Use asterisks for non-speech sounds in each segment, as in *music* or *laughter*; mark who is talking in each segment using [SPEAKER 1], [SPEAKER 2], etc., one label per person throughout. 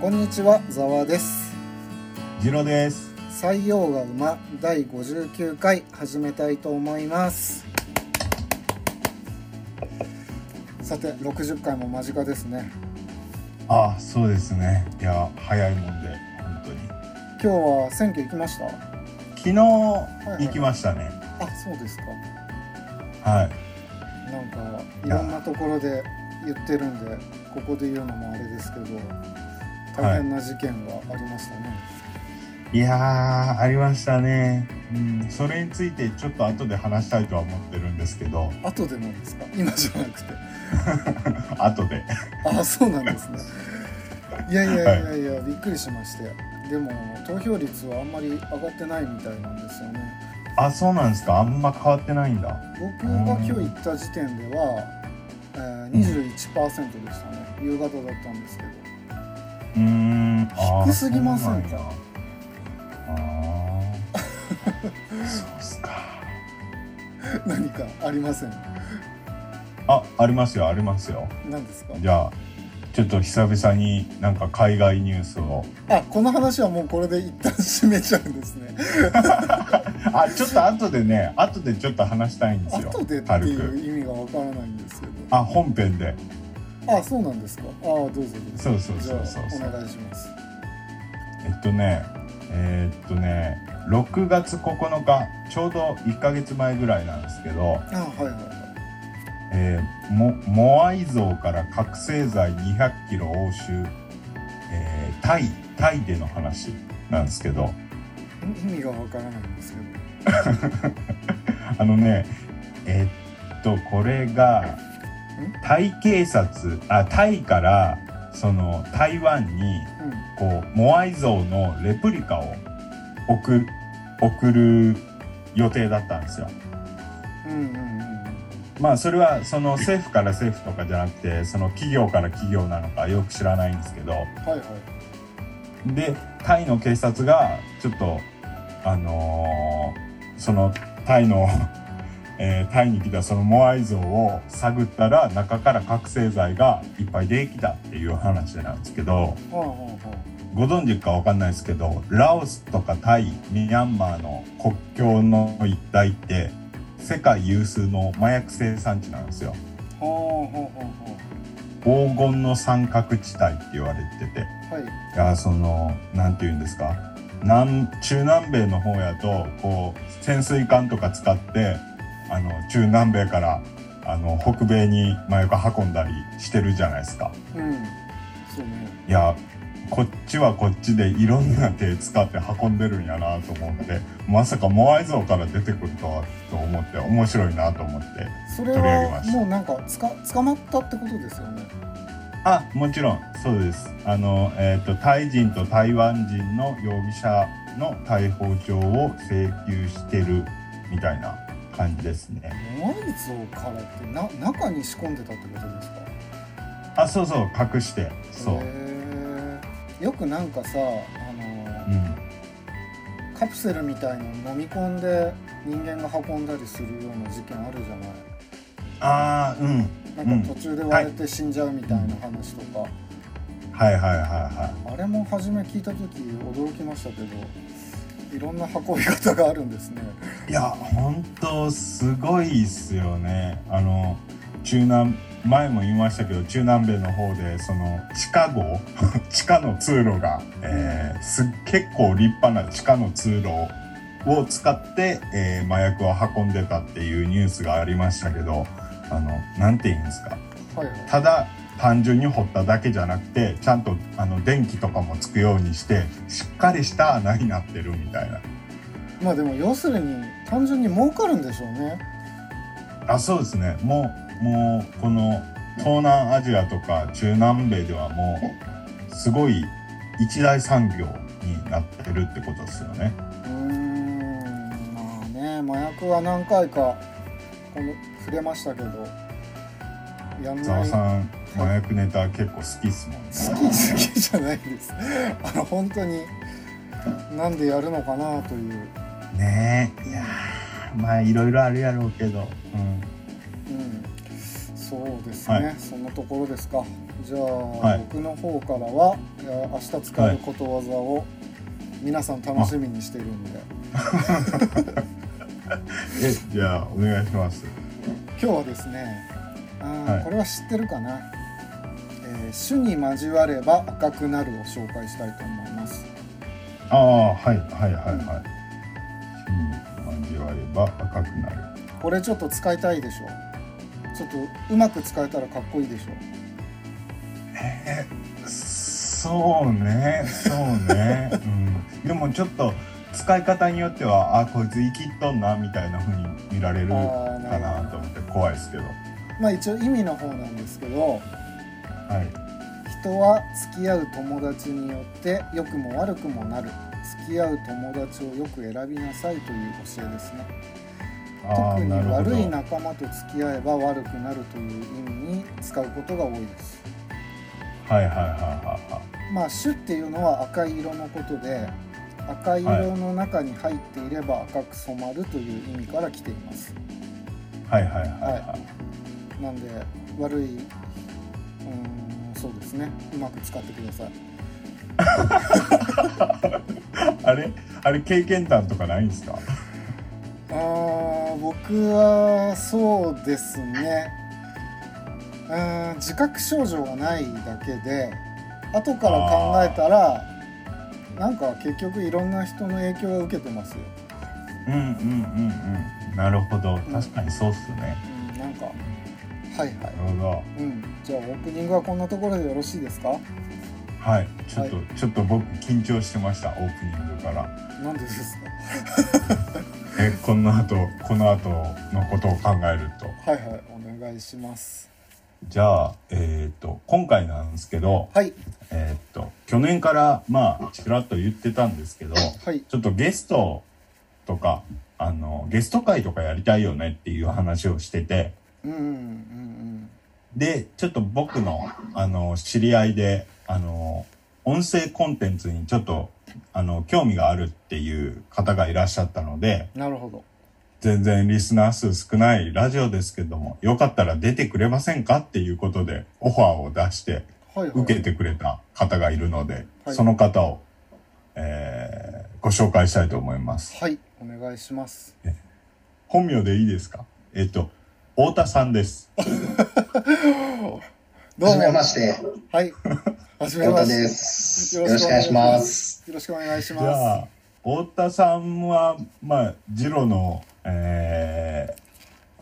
[SPEAKER 1] こんにちは、ざわです。
[SPEAKER 2] ジロです。
[SPEAKER 1] 採用が馬第59回始めたいと思います。さて、60回も間近ですね。
[SPEAKER 2] あ、そうですね。いや、早いもんで、本当に。
[SPEAKER 1] 今日は選挙行きました。あ、
[SPEAKER 2] 昨日行きましたね。
[SPEAKER 1] そうですか。
[SPEAKER 2] はい。
[SPEAKER 1] なんかいろんなところで言ってるんで、ここで言うのもあれですけど、大変な事件がありましたね。
[SPEAKER 2] いやー、ありましたね。うん、それについてちょっと後で話したいとは思ってるんですけど、
[SPEAKER 1] 後でなんですか。今じゃなくて。
[SPEAKER 2] 後で。
[SPEAKER 1] あそうなんです
[SPEAKER 2] *laughs*
[SPEAKER 1] ね。いやいやいやいや、びっくりしまして。でも投票率はあんまり上がってないみたいなんですよね。
[SPEAKER 2] あ、そうなんですか。あんま変わってないんだ。
[SPEAKER 1] 僕が今日行った時点では、えー、21%でしたね。夕方だったんですけど。 *laughs*
[SPEAKER 2] うーん。あー
[SPEAKER 1] 低すぎませんか
[SPEAKER 2] そうなんやあーそうっすか。
[SPEAKER 1] 何かありません。
[SPEAKER 2] あ、ありますよ、ありますよ。
[SPEAKER 1] 何ですか。
[SPEAKER 2] じゃあ、ちょっと久々になんか海外ニュースを。
[SPEAKER 1] あ、この話はもうこれで一旦締めちゃうんですね。
[SPEAKER 2] あちょっと後でね後でちょっと話したいんですよ
[SPEAKER 1] 後でって
[SPEAKER 2] 軽く
[SPEAKER 1] いう意味がわからないんですけど。
[SPEAKER 2] あ本編で
[SPEAKER 1] あ、そうなんですか。あ、どうぞどうぞ。
[SPEAKER 2] そうそう
[SPEAKER 1] じ
[SPEAKER 2] そ
[SPEAKER 1] ゃあ
[SPEAKER 2] うそう
[SPEAKER 1] お願いします。
[SPEAKER 2] えっとねえーっとね6月9日ちょうど1ヶ月前ぐらいなんですけど、
[SPEAKER 1] あ、はいはいはい。
[SPEAKER 2] えーモモアイ像から覚醒剤200キロ押収、えータイタイでの話なんですけど
[SPEAKER 1] 意味がわからないんですけど。
[SPEAKER 2] あのねえっとこれがタイ警察あタイからその台湾に
[SPEAKER 1] うん。
[SPEAKER 2] こうモアイ像のレプリカを送る送る予定だったんですよ。
[SPEAKER 1] うんうんうん
[SPEAKER 2] まあそれはその政府から政府とかじゃなくてその企業から企業なのかよく知らないんですけど
[SPEAKER 1] はいはい
[SPEAKER 2] でタイの警察がちょっとあのーそのタイの、 *laughs* えータイに来たそのモアイ像を探ったら中から覚醒剤がいっぱいできたっていう話なんですけど。
[SPEAKER 1] はあはあは
[SPEAKER 2] ご存知かわかんないですけどラオスとかタイミャンマーの国境の一帯って世界有数の麻薬生産地なんですよ
[SPEAKER 1] あはあはあは
[SPEAKER 2] 黄金の三角地帯って言われてて
[SPEAKER 1] あはい
[SPEAKER 2] いやそのなんて言うんですか南中南米の方やとこう潜水艦とか使ってあの中南米からあの北米に麻薬運んだりしてるじゃないですか。
[SPEAKER 1] うんそうね
[SPEAKER 2] いやこっちはこっちでいろんな手使って運んでるんやなと思ってまさかモアイ像から出てくるとはと思って面白いなと思って
[SPEAKER 1] それ
[SPEAKER 2] 取り上げ
[SPEAKER 1] は
[SPEAKER 2] ました
[SPEAKER 1] もうなんかつか捕まったってことですよね
[SPEAKER 2] あもちろんそうですあの、えー、とタイ人と台湾人の容疑者の逮捕状を請求してるみたいな感じですね
[SPEAKER 1] モアイ像からってな中に仕込んでたってことですか
[SPEAKER 2] あそうそう隠してそう、
[SPEAKER 1] へえよくなんかさあの、カプセルみたいの飲み込んで人間が運んだりするような事件あるじゃない
[SPEAKER 2] うん、ああうん
[SPEAKER 1] なんか途中で割れて死んじゃうみたいな話とか、
[SPEAKER 2] はいはいはいはい
[SPEAKER 1] あれも初め聞いた時驚きましたけどいろんな運び方があるんですね
[SPEAKER 2] いや本当すごいっすよねあの中南前も言いましたけど中南米の方でその地下壕 *laughs* 地下の通路が、えーす結構立派な地下の通路を使って、えー麻薬を運んでたっていうニュースがありましたけどあのなんて言うんですか
[SPEAKER 1] はいはい
[SPEAKER 2] ただ単純に掘っただけじゃなくてちゃんとあの電気とかもつくようにしてしっかりした穴になってるみたいな
[SPEAKER 1] まあでも要するに単純に儲かるんでしょうね
[SPEAKER 2] あそうですねもうもうこの東南アジアとか中南米ではもうすごい一大産業になってるってことですよね
[SPEAKER 1] うーんまあね麻薬は何回かこの触れましたけどやん
[SPEAKER 2] ざ
[SPEAKER 1] な
[SPEAKER 2] わ
[SPEAKER 1] い
[SPEAKER 2] さ
[SPEAKER 1] 好
[SPEAKER 2] ん麻薬ネタ結構好きっすもんね
[SPEAKER 1] き好きじゃないですあの本当になんでやるのかなという、
[SPEAKER 2] ねえいやーまあいろいろあるやろうけど、うん、
[SPEAKER 1] うん、そうですね、
[SPEAKER 2] はい
[SPEAKER 1] そんなところですかじゃあ、
[SPEAKER 2] い
[SPEAKER 1] 僕の方からはえー明日使えることわざを皆さん楽しみにしているんで、
[SPEAKER 2] えじゃあお願いします
[SPEAKER 1] 今日はですねあー、
[SPEAKER 2] はい
[SPEAKER 1] これは知ってるかな「えー種に交われば赤くなる」を紹介したいと思います
[SPEAKER 2] ああはいはいはいはい火に交われば赤くなる
[SPEAKER 1] これちょっと使いたいでしょちょっとうまく使えたらかっこいいでしょ
[SPEAKER 2] そうねそうね、うん、でもちょっと使い方によってはあこいつ生きっとんなみたいな風に見られる
[SPEAKER 1] あーな
[SPEAKER 2] か
[SPEAKER 1] るほど
[SPEAKER 2] なと思って怖いですけどは
[SPEAKER 1] まあ一応意味の方なんですけど
[SPEAKER 2] い
[SPEAKER 1] 人は付き合う友達によって良くも悪くもなる付き合う友達をよく選びなさいという教えですね
[SPEAKER 2] あ
[SPEAKER 1] 特
[SPEAKER 2] ー
[SPEAKER 1] に
[SPEAKER 2] なるほど
[SPEAKER 1] 悪い仲間と付き合えば悪くなるという意味に使うことが多いです
[SPEAKER 2] はいはいはいはいはい
[SPEAKER 1] まあ種っていうのは赤い色のことで赤い色の中に入っていれば赤く染まるという意味から来ています
[SPEAKER 2] はいはいはいはい
[SPEAKER 1] なんで悪いうーんそうですねうまく使ってください
[SPEAKER 2] あれあれ経験談とかないんですか
[SPEAKER 1] あー僕はそうですねうーん自覚症状がないだけで後から考えたらなんか結局いろんな人の影響を受けてますよ、
[SPEAKER 2] うんうんうんうんなるほど確かにそうっすね、
[SPEAKER 1] うん、なんかはいはい
[SPEAKER 2] なるほど
[SPEAKER 1] うんじゃあオープニングはこんなところでよろしいですか
[SPEAKER 2] はいちょっと、
[SPEAKER 1] は
[SPEAKER 2] ちょっと僕緊張してましたオープニングから
[SPEAKER 1] なんでです
[SPEAKER 2] えこの後この後のことを考えると
[SPEAKER 1] かはいはいお願いします
[SPEAKER 2] じゃあえっ、と今回なんですけど
[SPEAKER 1] はい
[SPEAKER 2] えっ、と去年からまあちらっと言ってたんですけど
[SPEAKER 1] はい
[SPEAKER 2] ちょっとゲストとかあのゲスト会とかやりたいよねっていう話をしてて
[SPEAKER 1] うんうんうん
[SPEAKER 2] で、ちょっと僕の、あの、知り合いで、あの、音声コンテンツにちょっと、あの、興味があるっていう方がいらっしゃったので、
[SPEAKER 1] うんなるほど
[SPEAKER 2] 全然リスナー数少ないラジオですけども、よかったら出てくれませんかっていうことで、オファーを出して、
[SPEAKER 1] はいはい
[SPEAKER 2] 受けてくれた方がいるので、
[SPEAKER 1] はい
[SPEAKER 2] その方を、えー、ご紹介したいと思います。
[SPEAKER 1] はいお願いします
[SPEAKER 2] 本名でいいですかえっと、太田さんです。
[SPEAKER 1] どうも
[SPEAKER 3] はじめまして、
[SPEAKER 1] はい。はじめ
[SPEAKER 3] 太
[SPEAKER 1] ま
[SPEAKER 3] 田
[SPEAKER 1] して。
[SPEAKER 3] で
[SPEAKER 1] よ
[SPEAKER 3] す。よろしくお願いします。
[SPEAKER 1] ろしくお願いし
[SPEAKER 2] じゃ
[SPEAKER 1] ま
[SPEAKER 2] あ太田さんはまあジロのえ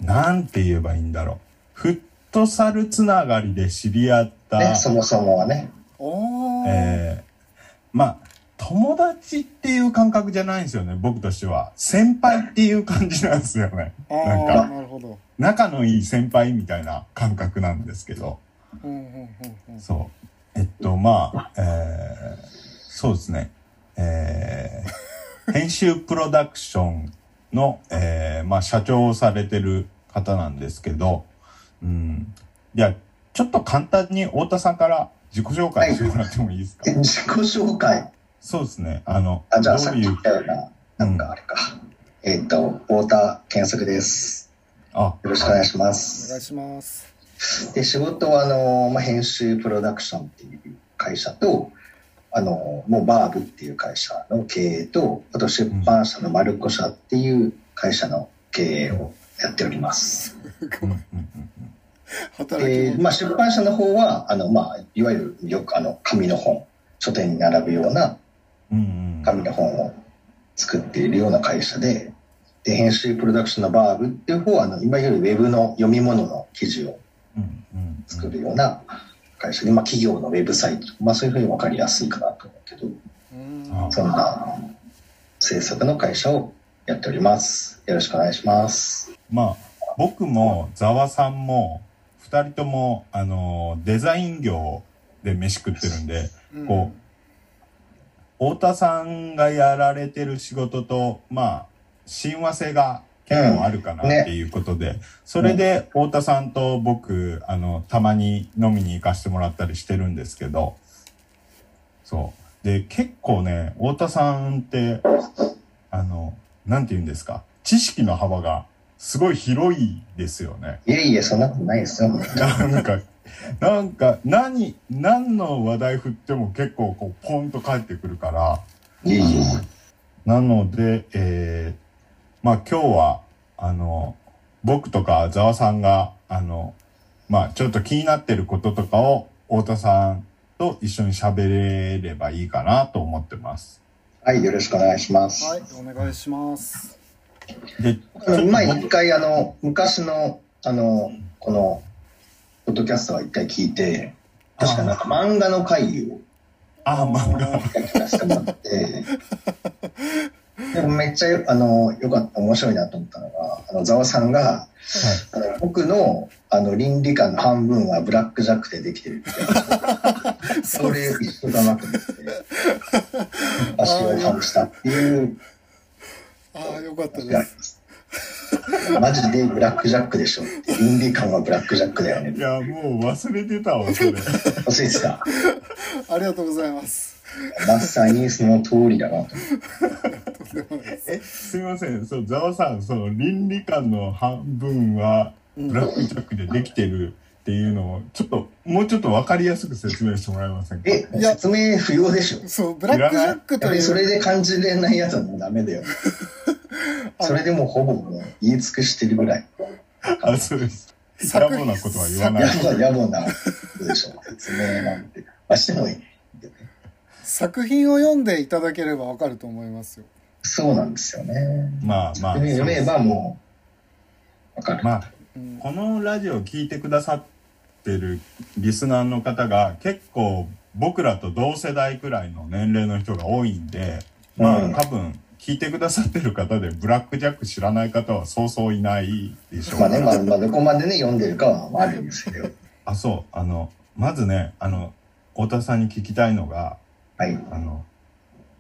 [SPEAKER 2] ー、なんて言えばいいんだろうフットサルつながりで知り合った、
[SPEAKER 3] ね、そもそもはね。
[SPEAKER 1] す。おお、
[SPEAKER 2] えーまあ友達っていう感覚じゃないんですよね僕としては先輩っていう感じなんですよね
[SPEAKER 1] あ
[SPEAKER 2] なん
[SPEAKER 1] あ、
[SPEAKER 2] か
[SPEAKER 1] なるほど。
[SPEAKER 2] 仲のいい先輩みたいな感覚なんですけど
[SPEAKER 1] うんうんうんうん。
[SPEAKER 2] そう。えっと、まあ、えーそうですね。えー *laughs* 編集プロダクションの、えーまあ、社長をされてる方なんですけど、うん。いや、ちょっと簡単に太田さんから自己紹介してもらってもいいですか、
[SPEAKER 3] え自己紹介。
[SPEAKER 2] そうですね。あの、
[SPEAKER 3] あ、じゃあ
[SPEAKER 2] ど
[SPEAKER 3] さっ
[SPEAKER 2] う
[SPEAKER 3] き
[SPEAKER 2] い
[SPEAKER 3] 言
[SPEAKER 2] う
[SPEAKER 3] っ、たような、なんかあれか。えっ、と、太田健作です。 *laughs*
[SPEAKER 2] あ、
[SPEAKER 3] よろしくお願いしま
[SPEAKER 1] お願い
[SPEAKER 3] す。
[SPEAKER 1] します。
[SPEAKER 3] で、仕事は、あの、まあ、編集プロダクションっていう会社と、あの、もうバーブっていう会社の経営と、あと出版社のマルコ社っていう会社の経営をやっております。
[SPEAKER 2] うんうんうん
[SPEAKER 1] 働き
[SPEAKER 3] え
[SPEAKER 1] 者
[SPEAKER 3] ーまあ、出版社の方はあの、まあ、いわゆるよくあの紙の本書店に並ぶような
[SPEAKER 2] うんうん
[SPEAKER 3] 紙の本を作っているような会社でで編集プロダクションのバーブっていう方はあのいわゆるウェブの読み物の記事を
[SPEAKER 2] うんうん
[SPEAKER 3] 作るような会社で、まあ、企業のウェブサイト、まあ、そういうふうに分かりやすいかなと思うけど
[SPEAKER 1] うーん
[SPEAKER 2] あ
[SPEAKER 3] そんな制作の会社をやっておりますよろしくお願いします
[SPEAKER 2] まあ僕もざわさんも2人ともあのデザイン業で飯食ってるんで
[SPEAKER 1] うん
[SPEAKER 2] こう太田さんがやられてる仕事とまあ親和性が結構あるかな
[SPEAKER 3] うんね
[SPEAKER 2] っていうことで、それで太田さんと僕あのたまに飲みに行かせてもらったりしてるんですけどそうで結構ね太田さんってあのなんて言うんですか知識の幅がすごい広いですよね。
[SPEAKER 3] いえいえ、そんなことないですよ。
[SPEAKER 2] なんか、なんか、何、何の話題振っても結構こう、ポンと返ってくるから、
[SPEAKER 3] いえいえ。
[SPEAKER 2] なので、えーまあ今日は、あの、僕とかざわさんが、あの、まあちょっと気になってることとかを、太田さんと一緒に喋れればいいかなと思ってます。
[SPEAKER 3] はい、よろしくお願いします。
[SPEAKER 1] はい、お願いします。
[SPEAKER 2] で、ち
[SPEAKER 3] あの
[SPEAKER 2] ょっと
[SPEAKER 3] 前に一回あの昔のあのこのポッドキャストは一回聞いて確かなんか漫画の会議を
[SPEAKER 2] あ、漫画。
[SPEAKER 3] 一回聞かせてもらってでもめっちゃよあのよかった面白いなと思ったのがあのざわさんがあの僕のあの倫理観の半分はブラックジャックでできてるってそれ一緒だなと思って足を外したっていう
[SPEAKER 1] ああ、よかった
[SPEAKER 3] 話があ
[SPEAKER 1] で
[SPEAKER 3] り
[SPEAKER 1] す。
[SPEAKER 3] ます。マジでブラックジャックでしょって。倫理観はブラックジャックだよね
[SPEAKER 2] い。や、もう忘れてたわ、それ。
[SPEAKER 3] 忘れてた。
[SPEAKER 1] ありがとうございます。
[SPEAKER 3] まさにその通りだなと。
[SPEAKER 2] え、すいません、そう、ざわさん、その倫理観の半分は、
[SPEAKER 1] うん
[SPEAKER 2] ブラックジャックでできてるっていうのを、ちょっと、もうちょっとわかりやすく説明してもらえませんか
[SPEAKER 3] え、
[SPEAKER 1] いや
[SPEAKER 3] 説明不要でしょ。
[SPEAKER 1] そう、ブラックジャックと
[SPEAKER 3] やっぱ
[SPEAKER 1] い
[SPEAKER 3] りそうれで感じれないやつはもうダ
[SPEAKER 2] *laughs*
[SPEAKER 3] メだよ。それでもうほぼもう言い尽くしてるぐらい。
[SPEAKER 2] あ、そうです。野
[SPEAKER 1] 作
[SPEAKER 2] 暮
[SPEAKER 1] 品
[SPEAKER 2] なことは言わ
[SPEAKER 3] 野
[SPEAKER 2] ない。
[SPEAKER 3] 暮野暮なことでしょ。説明なんて。まあ、してもいいよね。
[SPEAKER 1] 作品を読んでいただければわかると思いますよ。
[SPEAKER 3] そうなんですよね。
[SPEAKER 2] まあまあ。
[SPEAKER 3] で読めばもう、わかる。
[SPEAKER 2] まあ、
[SPEAKER 1] うん、
[SPEAKER 2] このラジオを聞いてくださってるリスナーの方が結構僕らと同世代くらいの年齢の人が多いんで、ま
[SPEAKER 3] う
[SPEAKER 2] あ
[SPEAKER 3] ん
[SPEAKER 2] 多分聞いてくださってる方でブラックジャック知らない方はそうそういないでしょう
[SPEAKER 3] ま
[SPEAKER 2] から
[SPEAKER 3] あね、まあ、まあ、どこまでね、読んでるかはあるんですけど。
[SPEAKER 2] あ、そう、あの、まずね、あの、太田さんに聞きたいのが、
[SPEAKER 3] はい。
[SPEAKER 2] あの、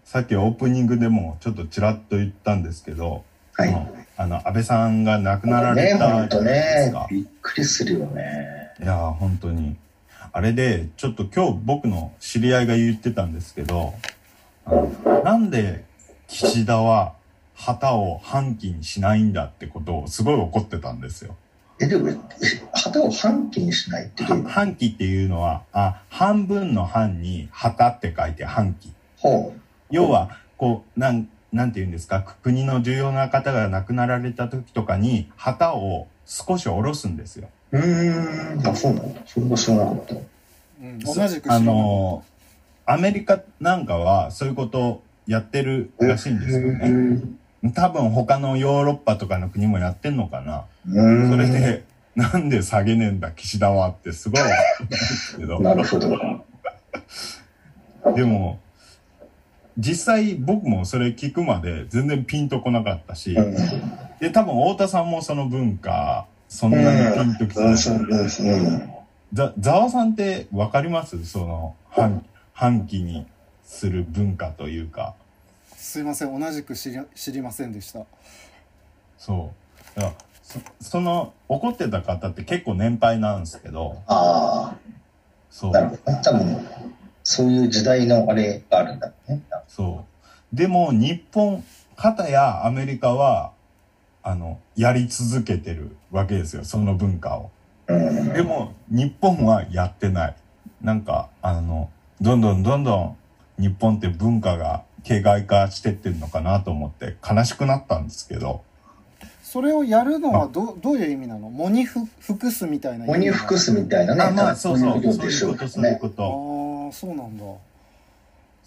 [SPEAKER 2] さっきオープニングでもちょっとちらっと言ったんですけど、
[SPEAKER 3] はい。
[SPEAKER 2] あの、安倍さんが亡くなられ
[SPEAKER 3] ね、
[SPEAKER 2] た
[SPEAKER 3] ほんと
[SPEAKER 2] です
[SPEAKER 3] ね
[SPEAKER 2] か、。
[SPEAKER 3] びっくりするよね。
[SPEAKER 2] いやー本当にあれでちょっと今日僕の知り合いが言ってたんですけどあのなんで岸田は旗を半旗にしないんだってことをすごい怒ってたんですよ。
[SPEAKER 3] え、でも、え旗を半旗にしないってどう
[SPEAKER 2] は
[SPEAKER 3] いう
[SPEAKER 2] 半旗っていうのはあ半分の半に旗って書いて半旗。
[SPEAKER 3] ほ
[SPEAKER 2] 要はこうなんなんて言うんですか国の重要な方が亡くなられた時とかに旗を少し下ろすんですよ。
[SPEAKER 3] う。うーん、あ、そうなんだ。それは知らなかった。
[SPEAKER 1] うん同じく知ら
[SPEAKER 2] あ
[SPEAKER 1] ない
[SPEAKER 2] のアメリカなんかはそういうことをやってるらしいんですよね
[SPEAKER 3] う
[SPEAKER 2] 多分他のヨーロッパとかの国もやってんのかな
[SPEAKER 3] ーん。
[SPEAKER 2] それでなんで下げねえんだ岸田はってすごい思うんですけど
[SPEAKER 3] なるほど。
[SPEAKER 2] でも実際僕もそれ聞くまで全然ピンとこなかったし
[SPEAKER 3] うん。
[SPEAKER 2] で多分太田さんもその文化そんなにピンときて
[SPEAKER 3] う、
[SPEAKER 2] なんい
[SPEAKER 3] そうです。うん。
[SPEAKER 2] ざざわさんってわかりますその半半期にする文化というか
[SPEAKER 1] すいません、同じく知り知りませんでした。
[SPEAKER 2] そう。だからそその怒ってた方って結構年配なんですけど、
[SPEAKER 3] あ
[SPEAKER 2] そ
[SPEAKER 3] あ、なる
[SPEAKER 2] う
[SPEAKER 3] ほどね。多分、そういう時代のあれがあるんだね。
[SPEAKER 2] そう。でも日本方やアメリカはあのやり続けてるわけですよ。その文化を。
[SPEAKER 3] うん。
[SPEAKER 2] でも日本はやってない。なんかあのどんどんどんどん日本って文化が形骸化してってるのかなと思って悲しくなったんですけど。
[SPEAKER 1] それをやるのはどどういう意味なの喪に服服すみたいな意味
[SPEAKER 3] モニフクスみたいなね。
[SPEAKER 2] あまあそうそう
[SPEAKER 3] いこ
[SPEAKER 2] そ
[SPEAKER 3] と
[SPEAKER 2] う
[SPEAKER 3] で
[SPEAKER 2] い
[SPEAKER 3] し
[SPEAKER 2] う
[SPEAKER 3] ょ
[SPEAKER 2] こ
[SPEAKER 3] う
[SPEAKER 2] とそういう
[SPEAKER 3] ね。
[SPEAKER 2] こと。
[SPEAKER 1] ああそうなんだそう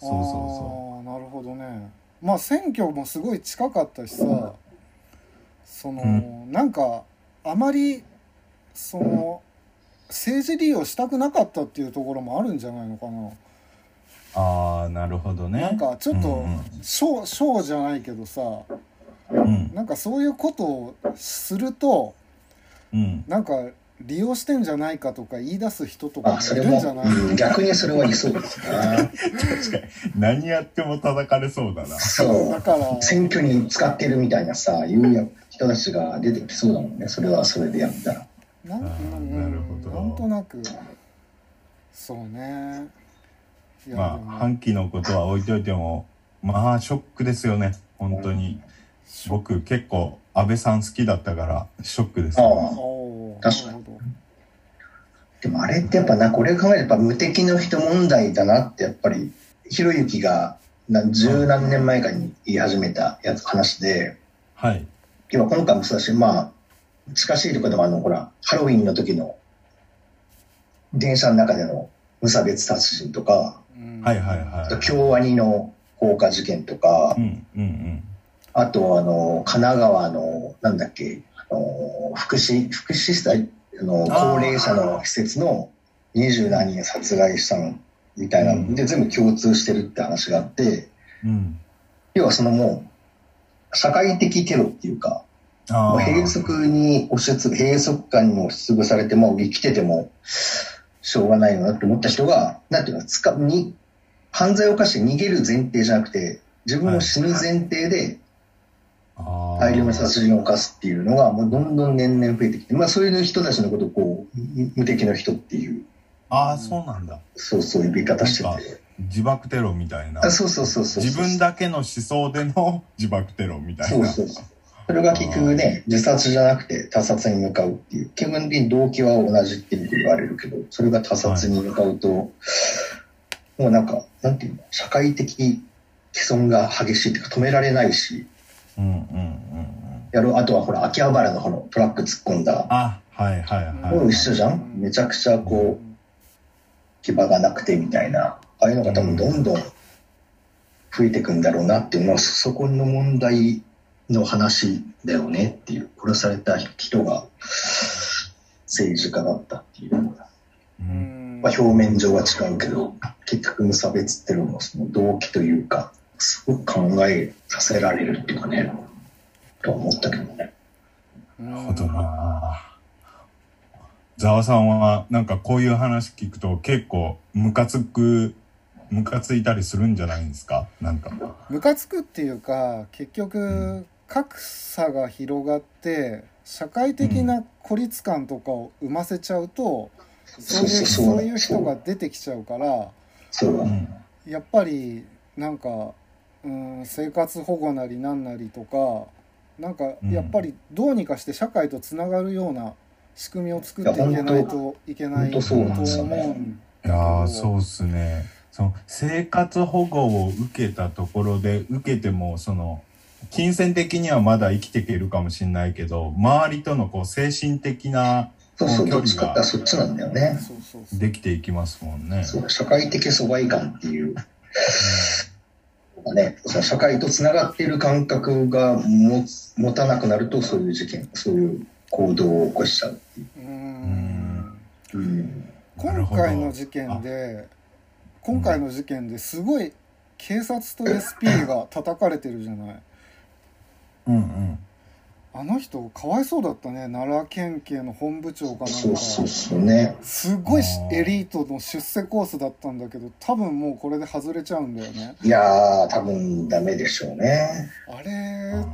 [SPEAKER 2] そうそうそう。
[SPEAKER 1] うなるほどねまあ選挙もすごい近かったしさ、その、
[SPEAKER 2] う
[SPEAKER 1] なんかあまりその政治利用したくなかったっていうところもあるんじゃないのかな
[SPEAKER 2] ああなるほどね
[SPEAKER 1] なんかちょっとショーショーじゃないけどさ
[SPEAKER 2] うんうん
[SPEAKER 1] なんかそういうことをすると
[SPEAKER 2] うんうん
[SPEAKER 1] なんか利用してんじゃないかとか言い出す人とかも
[SPEAKER 3] あ、
[SPEAKER 1] い
[SPEAKER 3] それ
[SPEAKER 1] るん
[SPEAKER 3] も
[SPEAKER 1] じゃない、
[SPEAKER 3] うん逆にそれはいそうです
[SPEAKER 2] *laughs*
[SPEAKER 3] ね。
[SPEAKER 2] 何やっても叩かれそうだな
[SPEAKER 3] そう
[SPEAKER 1] だ。から
[SPEAKER 3] 選挙に使ってるみたいなさいうや人たちが出てきそうだもんねそれはそれでやったら
[SPEAKER 1] なん
[SPEAKER 2] あー
[SPEAKER 1] うん
[SPEAKER 2] なるほど
[SPEAKER 1] なんとなくそうねいや
[SPEAKER 2] ま
[SPEAKER 1] で
[SPEAKER 2] あ
[SPEAKER 1] も
[SPEAKER 2] 半期のことは置いといてもまあショックですよね本当に僕結構安倍さん好きだったからショックです、
[SPEAKER 3] ああ
[SPEAKER 1] おー
[SPEAKER 3] 確か
[SPEAKER 1] なるほど
[SPEAKER 3] でもあれってやっぱなこれ考えれば無敵の人問題だなってやっぱりひろゆきがな十何年前かに言い始めたやつ話で
[SPEAKER 2] はい
[SPEAKER 3] 今今回もそうだしまあ近しいところでもあのほらハロウィンの時の電車の中での無差別殺人とか
[SPEAKER 1] うん
[SPEAKER 2] はいはいはい
[SPEAKER 3] あと京アニの放火事件とか
[SPEAKER 2] うんうんうん
[SPEAKER 3] あとあの神奈川のなんだっけあの福祉福祉施設あの
[SPEAKER 2] あー
[SPEAKER 3] 高齢者の施設の二十何人殺害したのみたいなので全部共通してるって話があって
[SPEAKER 2] うん
[SPEAKER 3] 要はそのもう社会的テロっていうか
[SPEAKER 2] あ
[SPEAKER 3] もう
[SPEAKER 2] ー
[SPEAKER 3] 閉塞に押しつぶ閉塞感に押しつぶされてもう生きててもしょうがないよなって思った人がなんていうのつかに犯罪を犯して逃げる前提じゃなくて自分も死ぬ前提で
[SPEAKER 2] あー
[SPEAKER 3] 大量の殺人を犯すっていうのがもうどんどん年々増えてきて、まあ、そういう人たちのことをこう無無敵の人っていう
[SPEAKER 2] ああそうなんだ
[SPEAKER 3] そうそう呼び方して
[SPEAKER 2] なんか
[SPEAKER 3] て
[SPEAKER 2] 自爆テロみたいな
[SPEAKER 3] あそうそうそうそう
[SPEAKER 2] 自分だけの思想での *laughs* 自爆テロみたい
[SPEAKER 3] そう
[SPEAKER 2] な
[SPEAKER 3] そうそうそれが結局ね自殺じゃなくて他殺に向かうっていう基本的に動機は同じって言われるけどそれが他殺に向かうと、もうなんかなんていうの社会的既存が激しいっていうか止められないし
[SPEAKER 2] うんうんうんうん
[SPEAKER 3] やるあとはほら秋葉原のほのトラック突っ込んだ
[SPEAKER 2] あはいはいはい
[SPEAKER 3] もう一緒じゃんめちゃくちゃこう牙がなくてみたいなああいうのが多分どんどん増えてくんだろうなっていうのはそそこの問題の話だよねっていう殺された人が政治家だったっていうのが、
[SPEAKER 2] う
[SPEAKER 1] うんん
[SPEAKER 3] まあ、表面上は違うけど結局無差別っていうのもその動機というかすごく考えさせられるっていうかねとは思ったけどね。
[SPEAKER 2] なるほどなざわさんはなんかこういう話聞くと結構ムカつくムカついたりするんじゃないんですかなんか
[SPEAKER 1] ムカつくっていうか結局、
[SPEAKER 2] う
[SPEAKER 1] 格差が広がって社会的な孤立感とかを生ませちゃうと、そういうそういう人が出てきちゃうから
[SPEAKER 3] そう
[SPEAKER 2] う
[SPEAKER 3] だ
[SPEAKER 2] ん
[SPEAKER 1] やっぱりなんか、うん、生活保護なりなんなりとかなんか
[SPEAKER 2] うん
[SPEAKER 1] やっぱりどうにかして社会とつながるような仕組みを作っていけないといけない
[SPEAKER 3] い
[SPEAKER 1] と思う
[SPEAKER 2] 本当本当
[SPEAKER 3] やそうなんですよね
[SPEAKER 1] ん
[SPEAKER 2] いやーそうっすねその生活保護を受けたところで受けてもその金銭的にはまだ生きていけるかもしれないけど周りとのこう精神的な
[SPEAKER 3] そうそうどっちかって言ったらそっちなんだよね。
[SPEAKER 1] そうそうそう
[SPEAKER 2] できていきますもんね。
[SPEAKER 3] そう社会的疎外感っていうね、その社会とつながっている感覚がも持たなくなるとそういう事件そういう行動を起こしちゃうっていう
[SPEAKER 2] うん
[SPEAKER 1] ん
[SPEAKER 3] う、うん、
[SPEAKER 1] 今
[SPEAKER 2] なるほど
[SPEAKER 1] 回の事件で今回の事件ですごい警察と SP が叩かれてるじゃない
[SPEAKER 2] うんうん
[SPEAKER 1] あの人かわいそうだったね奈良県警の本部長かなん
[SPEAKER 3] そう
[SPEAKER 1] か
[SPEAKER 3] そうそうね
[SPEAKER 1] すごいし
[SPEAKER 2] あー
[SPEAKER 1] エリートの出世コースだったんだけど多分もうこれで外れちゃうんだよね
[SPEAKER 3] いやー多分ダメでしょうね
[SPEAKER 1] あ
[SPEAKER 2] あ
[SPEAKER 1] れ
[SPEAKER 2] ー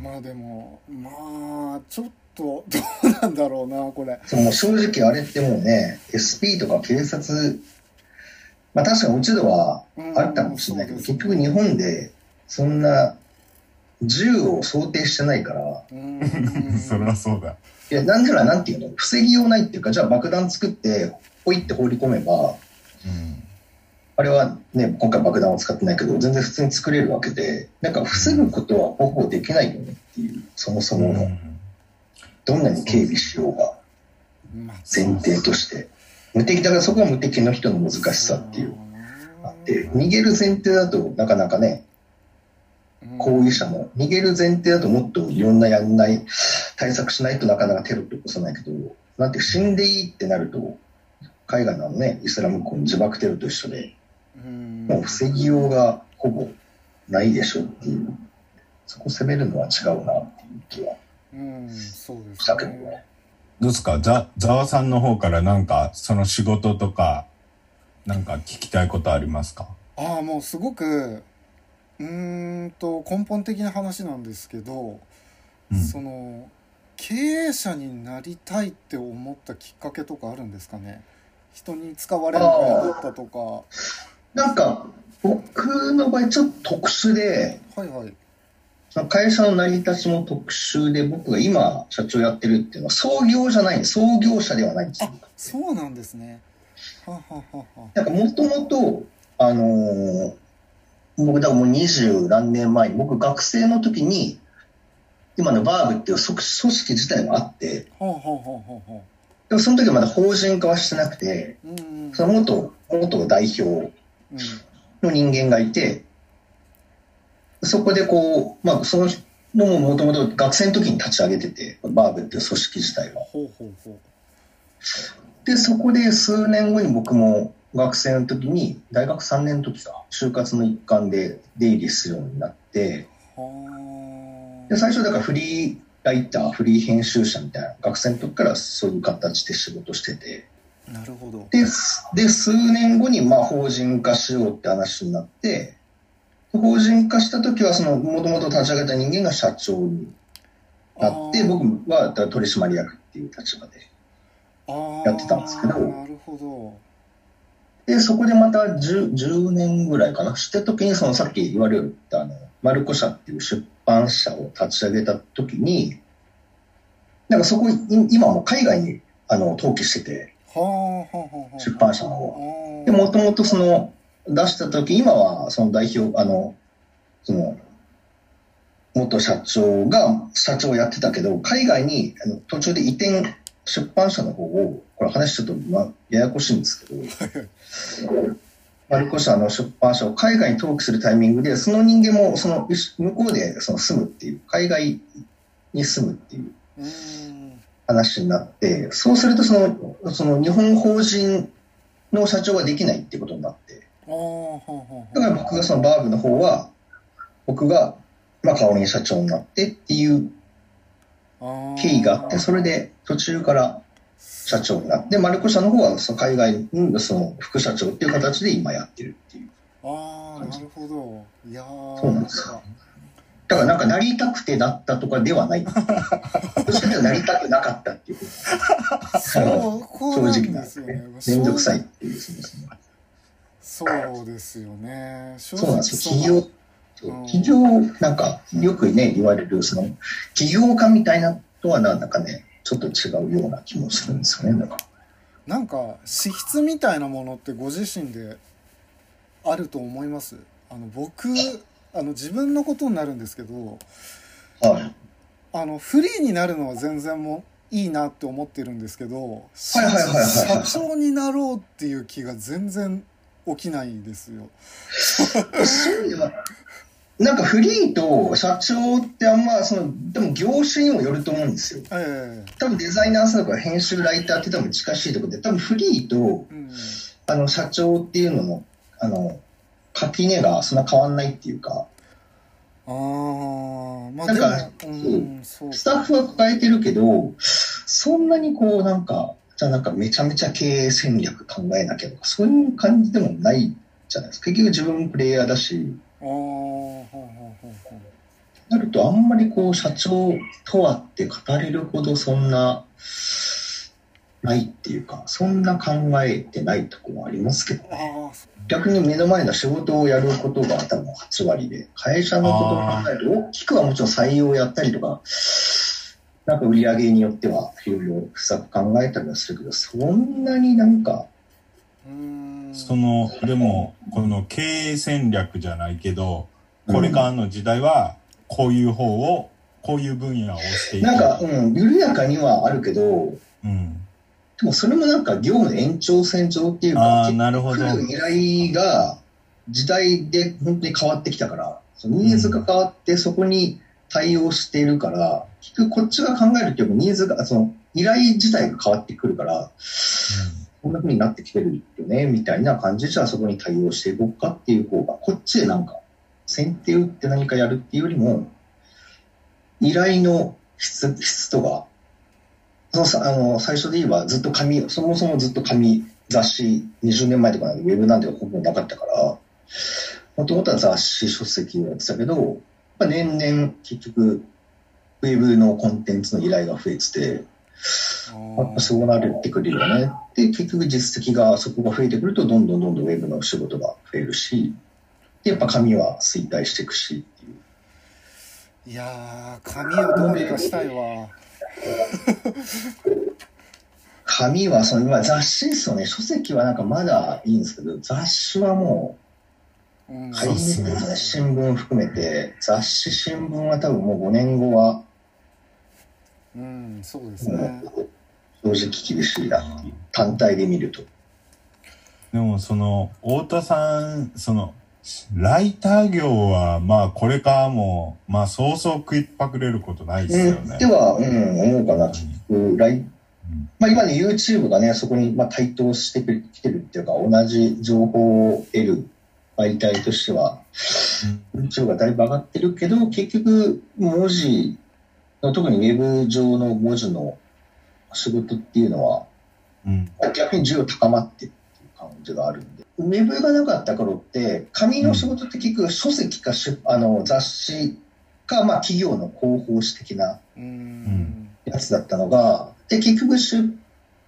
[SPEAKER 1] まあでもまあちょっとどうなんだろうなこれ
[SPEAKER 3] その正直あれってもうね SP とか警察まあ確かに落ち度はあったかもしれないけど、
[SPEAKER 1] うん
[SPEAKER 3] 結局日本でそんな銃を想定してないから
[SPEAKER 1] うーん
[SPEAKER 2] そりゃそうだ。
[SPEAKER 3] いやなんならなんていうの防ぎようないっていうかじゃあ爆弾作ってポイって放り込めば
[SPEAKER 2] うん
[SPEAKER 3] あれはね、今回爆弾を使ってないけど、全然普通に作れるわけで、なんか防ぐことはほぼできないよねっていう、そもそも
[SPEAKER 2] う
[SPEAKER 3] の、
[SPEAKER 2] ん
[SPEAKER 3] どんなに警備しようが
[SPEAKER 1] まあ
[SPEAKER 3] 前提として。無敵、だからそこは無敵の人の難しさっていう。あって、逃げる前提だとなかなかね、
[SPEAKER 1] うん
[SPEAKER 3] 行為者も、逃げる前提だともっといろんなやんない、対策しないとなかなかテロって起こさないけど、なんて死んでいいってなると、海外のね、イスラム国の自爆テロと一緒で、
[SPEAKER 1] うん
[SPEAKER 3] もう防ぎようがほぼないでしょっていう、そこ攻めるのは違うなっていう気は
[SPEAKER 1] うんそうで
[SPEAKER 3] した
[SPEAKER 1] す
[SPEAKER 3] けど
[SPEAKER 1] ね
[SPEAKER 3] ね。
[SPEAKER 2] どうですかざざわさんの方からなんかその仕事とかなんか聞きたいことありますか
[SPEAKER 1] ああもうすごくうーんと根本的な話なんですけど、
[SPEAKER 2] うん
[SPEAKER 1] その経営者になりたいって思ったきっかけとかあるんですかね人に使われるのが嫌だったとかは
[SPEAKER 3] なんか僕の場合ちょっと特殊で
[SPEAKER 1] いはい
[SPEAKER 3] その会社の成り立ちも特殊で、僕が今、社長やってるっていうのは、創業じゃないんです、創業者ではないんですよ
[SPEAKER 1] あ。そうなんですねはははは
[SPEAKER 3] なんかもともと、あのー僕、だからもう二十何年前に、僕、学生の時に、今のバーブっていう組組織自体もあって、
[SPEAKER 1] ほうほうほうほうほ
[SPEAKER 3] でもその時はまだ法人化はしてなくて、
[SPEAKER 1] ううんうん
[SPEAKER 3] その元、元代表
[SPEAKER 1] うん
[SPEAKER 3] の人間がいて、そこでこう、まあ、その人ももともと学生の時に立ち上げてて、バーブっていう組織自体は。
[SPEAKER 1] ほうほうほ
[SPEAKER 3] で、そこで数年後に僕も学生の時に、大学3年の時か、就活の一環で出入りするようになって、
[SPEAKER 1] うは
[SPEAKER 3] で、最初だからフリーライター、フリー編集者みたいな、学生の時からそういう形で仕事してて、
[SPEAKER 1] あなるほど
[SPEAKER 3] で、すで数年後にまあ法人化しようって話になって、で法人化した時は、その、もともと立ち上げた人間が社長になって、
[SPEAKER 1] あー
[SPEAKER 3] 僕はだから取締役っていう立場で。やってたんですけど
[SPEAKER 1] あーなるほど
[SPEAKER 3] で、そこでまた 10, 10年ぐらいかな、して時に、そのさっき言われた、あの、マルコ社っていう出版社を立ち上げた時に、なんかそこ、い今も海外に、あの、登記してて、
[SPEAKER 1] はあはあはあはあ
[SPEAKER 3] 出版社の方は。
[SPEAKER 1] あ
[SPEAKER 3] で、もともとその、出した時、今はその代表、あの、その、元社長が社長をやってたけど、海外にあの途中で移転、出版社の方を、これ話ちょっと、ま、ややこしいんですけど、マルコ社の出版社を海外に登記するタイミングで、その人間もその向こうでその住むっていう、海外に住むっていう
[SPEAKER 1] うーん
[SPEAKER 3] 話になって、そうするとその、その日本法人の社長ができないっていうことになって、
[SPEAKER 1] あーはあはあ
[SPEAKER 3] だから僕がそのバーブの方は、僕が、まあ、カオリン社長になってっていう
[SPEAKER 1] はあ
[SPEAKER 3] 経緯があって、それで途中から社長になって、マルコ社の方はその海外のその副社長っていう形で今やってるっていう。
[SPEAKER 1] ああなるほどいやー
[SPEAKER 3] そうなんですよだからなんかなりたくてなったとかで *laughs* はない。どっちかというとなりたくなかったっていう。
[SPEAKER 1] そうこうなん
[SPEAKER 3] 正直な
[SPEAKER 1] ですよね
[SPEAKER 3] めんどくさいっていう。その
[SPEAKER 1] そうですよね。正
[SPEAKER 3] そうなんですよ。企業、そう
[SPEAKER 1] うん
[SPEAKER 3] 企業、なんかよくね、言われる、その、起業家みたいなとはなんだかね、ちょっと違うような気もするんですよね。なんか
[SPEAKER 1] なんか資質みたいなものってご自身であると思います。あの僕あの自分のことになるんですけど、
[SPEAKER 3] はい。
[SPEAKER 1] あのフリーになるのは全然もういいなって思ってるんですけど、社
[SPEAKER 3] はいはいはいはい
[SPEAKER 1] 社長になろうっていう気が全然起きないですよ。
[SPEAKER 3] そういう意味ではなんかフリーと社長ってあんまそのでも業種にもよると思うんですよ
[SPEAKER 1] え
[SPEAKER 3] 多分デザイナーさんとか編集ライターって多分近しいところで多分フリーと
[SPEAKER 1] えうん。
[SPEAKER 3] あの社長っていうののあの垣根がそんな変わんないっていうか
[SPEAKER 1] ああ、まあ
[SPEAKER 3] なんか
[SPEAKER 1] でも、うん、そう。
[SPEAKER 3] スタッフは抱えてるけどそんなにこうなんかじゃあなんかめちゃめちゃ経営戦略考えなきゃとかそういう感じでもないじゃないですか結局自分もプレイヤーだし
[SPEAKER 1] ああ、ほうほうほうほう。
[SPEAKER 3] なるとあんまりこう社長とはって語れるほどそんなないっていうかそんな考えてないとこもありますけど
[SPEAKER 1] ああ、
[SPEAKER 3] 逆に目の前の仕事をやることが多分8割で会社のことを考えると大きくはもちろん採用をやったりとかなんか売り上げによってはいろいろ不作考えたりはするけどそんなになんか
[SPEAKER 1] うーん。
[SPEAKER 2] そのでもこの経営戦略じゃないけどこれからの時代はこういう方をこういう分野をしていく
[SPEAKER 3] なんかうん緩やかにはあるけど
[SPEAKER 2] うん、
[SPEAKER 3] でもそれもなんか業務の延長線上っていうか
[SPEAKER 2] ああなるほど
[SPEAKER 3] 来る依頼が時代で本当に変わってきたから、そのニーズが変わってそこに対応しているから、結局こっちが考えるけどニーズが、その依頼自体が変わってくるから、こんな風になってきてるよね、みたいな感じでじゃあそこに対応していこうかっていう方が、こっちでなんか先手打って何かやるっていうよりも、依頼の質、質とか、そのさあの最初で言えばずっと紙、そもそもずっと紙雑誌、20年前とかなんでウェブなんてほぼなかったから、もともとは雑誌、書籍をやってたけど、まあ、年々結局、ウェブのコンテンツの依頼が増えてて、やっぱそうなるってくるよね。で、結局実績が、そこが増えてくると、どんどんどんどんウェブの仕事が増えるし、で、やっぱ紙は衰退していくしっていう。
[SPEAKER 1] いやー髪をどうにかしたいわ
[SPEAKER 3] 紙はその今雑誌ですよね書籍はなんかまだいいんですけど雑誌はも
[SPEAKER 1] うん
[SPEAKER 3] う
[SPEAKER 2] そ
[SPEAKER 3] 買
[SPEAKER 2] う
[SPEAKER 3] い
[SPEAKER 2] っす
[SPEAKER 3] に
[SPEAKER 2] ね
[SPEAKER 3] くい新聞含めて雑誌新聞は多分もう5年後は
[SPEAKER 1] うんそうですね
[SPEAKER 3] 正直厳しいな単体で見ると
[SPEAKER 2] でもその太田さんそのライター業はまあこれからもまあそうそう食いっぱくれることないですよね。
[SPEAKER 3] では、うん、思うかな
[SPEAKER 2] 本当に
[SPEAKER 3] うん来まあ、今ね YouTube がねそこにまあ対等してきてるっていうか同じ情報を得る媒体としては YouTube がだいぶ上がってるけど結局文字の特にウェブ上の文字の仕事っていうのは
[SPEAKER 2] うんうん
[SPEAKER 3] 逆に需要高まってるっていう感じがあるんでウェブがなかった頃って紙の仕事って結局書籍か出あの雑誌かまあ企業の広報誌的な
[SPEAKER 1] うん、
[SPEAKER 3] やつだったのがで結局出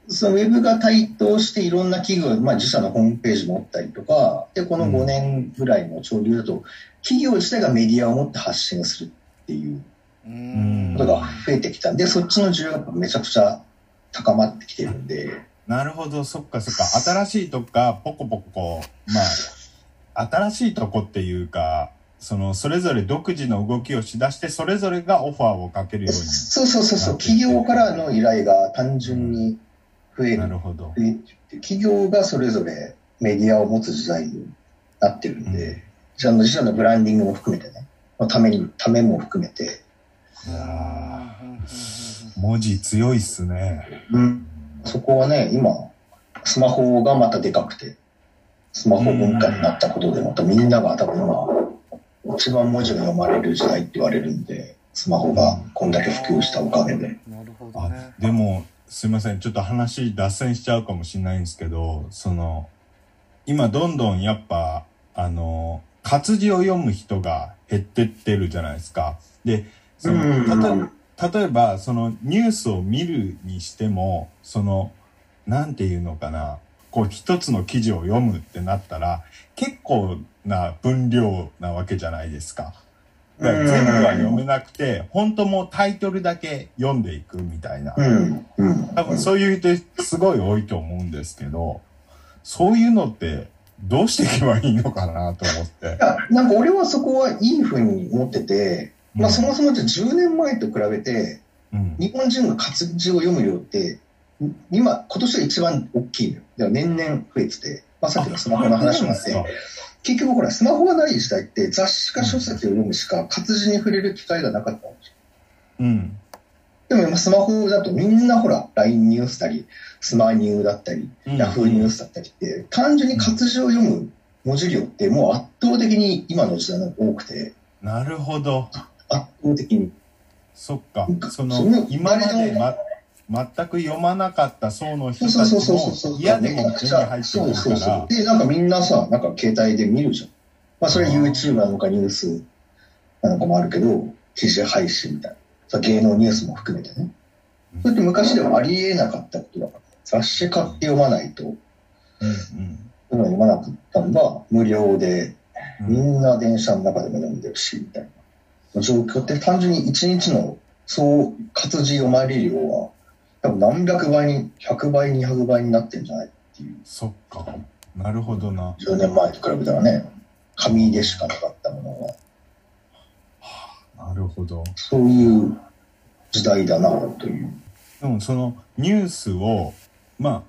[SPEAKER 3] そのウェブが台頭していろんな企業、まあ、自社のホームページ持ったりとかでこの
[SPEAKER 2] うん
[SPEAKER 3] 5年ぐらいの潮流だと企業自体がメディアを持って発信するっていう
[SPEAKER 1] う
[SPEAKER 2] うん
[SPEAKER 1] ん
[SPEAKER 3] ことが増えてきたんでそっちの需要がめちゃくちゃ高まってきてるんで。
[SPEAKER 2] なるほどそっかそっか新しいとこがポコポコこうまあ新しいとこっていうかそのそれぞれ独自の動きをしだしてそれぞれがオファーをかけるよう
[SPEAKER 3] そうそうそうそう企業からの依頼が単純に増え
[SPEAKER 2] に
[SPEAKER 3] る
[SPEAKER 2] なるほど。
[SPEAKER 3] 増えて企業がそれぞれメディアを持つ時代になってるんで、
[SPEAKER 2] うん
[SPEAKER 3] じゃあ自社のブランディングも含めてねのためにためも含めて、
[SPEAKER 2] いや
[SPEAKER 1] うんうん
[SPEAKER 2] ー文字強いっすね。
[SPEAKER 3] そこはね今スマホがまたでかくてスマホ文化になったことでまたみんなが多分今一番文字が読まれる時代って言われるんでスマホがこんだけ普及したおかげで。
[SPEAKER 1] なるほど
[SPEAKER 2] あ
[SPEAKER 1] ね
[SPEAKER 2] でもすいませんちょっと話脱線しちゃうかもしれないんですけどその今どんどんやっぱあの活字を読む人が減ってってるじゃないですか。でそのたと例えばそのニュースを見るにしてもそのなんていうのかなこう一つの記事を読むってなったら結構な分量なわけじゃないですか。だから全部は読めなくて本当もうタイトルだけ読んでいくみたいな。
[SPEAKER 3] うんうん、
[SPEAKER 2] 多分そういう人すごい多いと思うんですけどそういうのってどうしていけばいいのかなと思って
[SPEAKER 3] い。やなんか俺はそこはいいふうに思ってて、まあ、そもそもじゃあ10年前と比べて
[SPEAKER 2] うん
[SPEAKER 3] 日本人が活字を読む量ってん今今年が一番大きいのよだから年々増えてて、まあ、さっきのスマホの話もあっ
[SPEAKER 2] そうなん
[SPEAKER 3] て
[SPEAKER 2] です
[SPEAKER 3] 結局ほらスマホがない時代って雑誌か書籍を読むしか活字に触れる機会がなかったんですよ
[SPEAKER 2] かうん
[SPEAKER 3] でも今スマホだとみんなほら LINE ニュースなりスマニューだったり
[SPEAKER 2] うん
[SPEAKER 3] ヤフーニュースだったりって単純に活字を読む文字量ってもう圧倒的に今の時代の方が多くて
[SPEAKER 2] なるほど
[SPEAKER 3] 圧倒的に
[SPEAKER 2] そっかそ
[SPEAKER 3] その
[SPEAKER 2] の今まで、ま、全く読まなかった層の人
[SPEAKER 3] そう
[SPEAKER 2] たち
[SPEAKER 3] そうそうそうそう。
[SPEAKER 2] も嫌でも手に入って
[SPEAKER 3] そう
[SPEAKER 2] る
[SPEAKER 3] そう
[SPEAKER 2] か
[SPEAKER 3] そ
[SPEAKER 2] ら
[SPEAKER 3] う。で、なんかみんなさ、なんか携帯で見るじゃん。まあそれ YouTube なのかニュースなのかもあるけど、記事配信みたいな。さ芸能ニュースも含めてね。そうやって昔ではありえなかったことだから、雑誌買って読まないと、
[SPEAKER 2] うん
[SPEAKER 3] そういうの読まなかったのが無料で、
[SPEAKER 2] うん
[SPEAKER 3] みんな電車の中でも読んでるし、みたいな状況って単純に一日のそう活字読まれる量は、多分何百倍に、100倍、200倍になってるんじゃないっていう。
[SPEAKER 2] そっかなるほどな
[SPEAKER 3] 10年前と比べたらね紙でしかなかったものが
[SPEAKER 2] なるほど
[SPEAKER 3] そういう時代だなという
[SPEAKER 2] でもそのニュースをまあ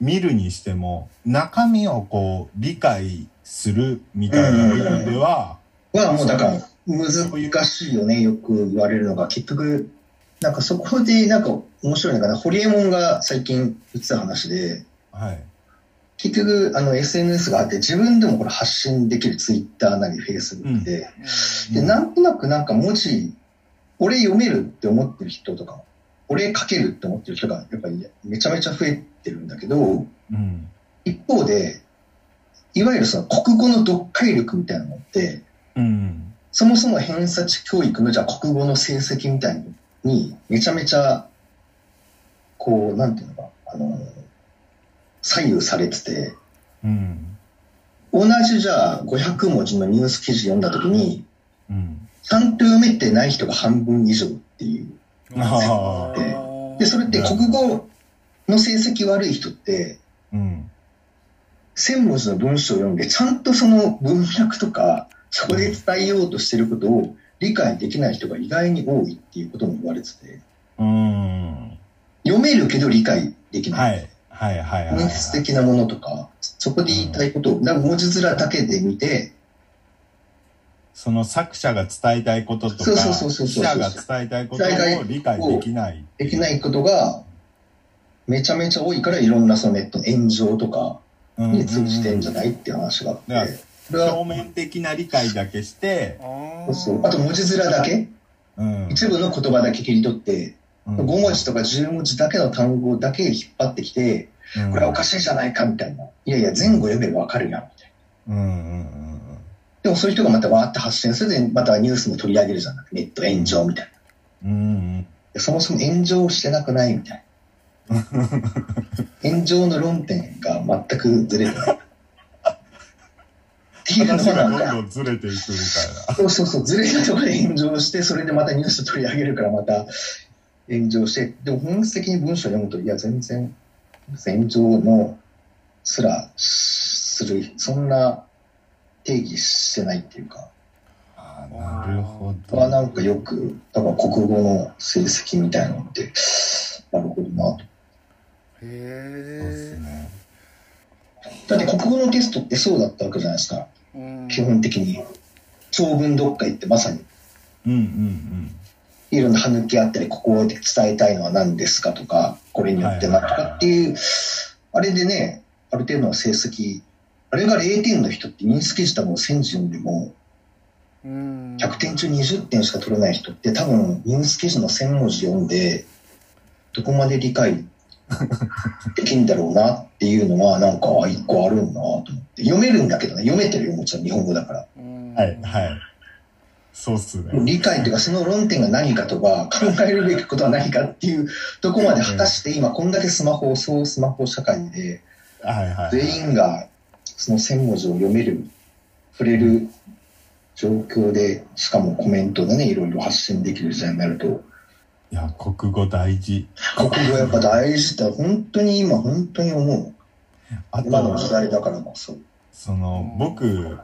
[SPEAKER 2] 見るにしても中身をこう理解するみたいな部分では、
[SPEAKER 3] はもうだから難しいよねよく言われるのが結局なんかそこでなんか面白いのかなホリエモンが最近言ってた話で
[SPEAKER 2] はい。
[SPEAKER 3] 結局あの SNS があって自分でもこれ発信できるツイッターなりフェイスブックで、
[SPEAKER 2] うん
[SPEAKER 3] でなんとなくなんか文字俺読めるって思ってる人とか俺書けるって思ってる人がやっぱりめちゃめちゃ増えてるんだけど、
[SPEAKER 2] うん。
[SPEAKER 3] 一方で、いわゆるその国語の読解力みたいなのって、
[SPEAKER 2] うん。
[SPEAKER 3] そもそも偏差値教育のじゃあ国語の成績みたいのに、めちゃめちゃ、こう、なんていうのか、あの、左右されてて、
[SPEAKER 2] うん。
[SPEAKER 3] 同じじゃあ500文字のニュース記事読んだ時に、
[SPEAKER 2] うん。
[SPEAKER 3] 3通目ってない人が半分以上っていう。
[SPEAKER 2] あ
[SPEAKER 3] ーで、それって国語の成績悪い人って、
[SPEAKER 2] うん。
[SPEAKER 3] 1000文字の文章を読んで、ちゃんとその文脈とか、そこで伝えようとしてることを理解できない人が意外に多いっていうことも言われてて、
[SPEAKER 2] うん。
[SPEAKER 3] 読めるけど理解できない。
[SPEAKER 2] はい。はいはいはい。
[SPEAKER 3] 本質的なものとか、そこで言いたいことを、なんか文字面だけで見て、
[SPEAKER 2] その作者が伝えたいことと
[SPEAKER 3] そう
[SPEAKER 2] か、
[SPEAKER 3] そうそうそう
[SPEAKER 2] 記者が伝えたいことを理解できない。
[SPEAKER 3] できないことが、めちゃめちゃ多いから、いろんなそのネット、炎上とか
[SPEAKER 2] うん
[SPEAKER 3] に通じてんじゃないっていう話があっ
[SPEAKER 2] うんうん
[SPEAKER 3] て、それは、
[SPEAKER 2] 表面的な理解だけして、
[SPEAKER 3] そうそうあと文字面だけ、
[SPEAKER 2] うん。
[SPEAKER 3] 一部の言葉だけ切り取って、
[SPEAKER 2] うん
[SPEAKER 3] 5文字とか10文字だけの単語だけ引っ張ってきて、これはおかしいじゃないかみたいな。いやいや、前後読めばわかるやんみたいな。
[SPEAKER 2] うんうんうん
[SPEAKER 3] でもそういう人がまたわーって発信するで、またニュースも取り上げるじゃなくネット炎上みたいな。
[SPEAKER 2] うん。うん
[SPEAKER 3] そもそも炎上してなくないみたい
[SPEAKER 2] *laughs*
[SPEAKER 3] な。炎上の論点が全くずれて
[SPEAKER 2] *laughs*
[SPEAKER 3] ない。って
[SPEAKER 2] うん。
[SPEAKER 3] いうの
[SPEAKER 2] 話が
[SPEAKER 3] がなん
[SPEAKER 2] どん
[SPEAKER 3] か
[SPEAKER 2] どんずれていくみた
[SPEAKER 3] そうそうそう、ずれたところで炎上して、それでまたニュース取り上げるからまた炎上して、でも本質的に文章を読むと、いや、全然炎上のすらする、そんな定義してないっていうか、
[SPEAKER 2] いな。あなるほ
[SPEAKER 3] 僕はな
[SPEAKER 2] ど。
[SPEAKER 3] んかよく、多分国語の成績みたいなのって、なるほどなと。
[SPEAKER 1] へ
[SPEAKER 2] そうです
[SPEAKER 1] え、
[SPEAKER 2] ね。
[SPEAKER 3] だって国語のテストってそうだったわけじゃないですか、
[SPEAKER 1] うん、
[SPEAKER 3] 基本的に。長文読解ってまさに、
[SPEAKER 2] うんうん
[SPEAKER 3] いろんな歯抜きあったり、ここで伝えたいのは何ですかとか、これによってなんとかっていう、あれでね、ある程度の成績、あれが0点の人って認識したもん1000字読んでも、
[SPEAKER 1] うん、
[SPEAKER 3] 100点中20点しか取れない人って多分、認識時の1000文字読んで、どこまで理解できんだろうなっていうのは、なんか、あ一個あるんだなと思って。読めるんだけどね、読めてるよ、もちろん日本語だから。
[SPEAKER 1] うん、
[SPEAKER 2] うん。はいはい。そうっすね。
[SPEAKER 3] 理解というかその論点が何かとか考えるべきことは何かっていうとこまで果たして今こんだけスマホそうスマホ社会で
[SPEAKER 2] はいはい。
[SPEAKER 3] 全員がその1,000文字を読める触れる状況でしかもコメントでねいろいろ発信できる時代になると
[SPEAKER 2] いや、国語大事。
[SPEAKER 3] 国語やっぱ大事だ本当に今本当に思
[SPEAKER 2] あ
[SPEAKER 3] う今の
[SPEAKER 2] と、
[SPEAKER 3] 時代だからこそ
[SPEAKER 2] その
[SPEAKER 1] うん、
[SPEAKER 2] 僕、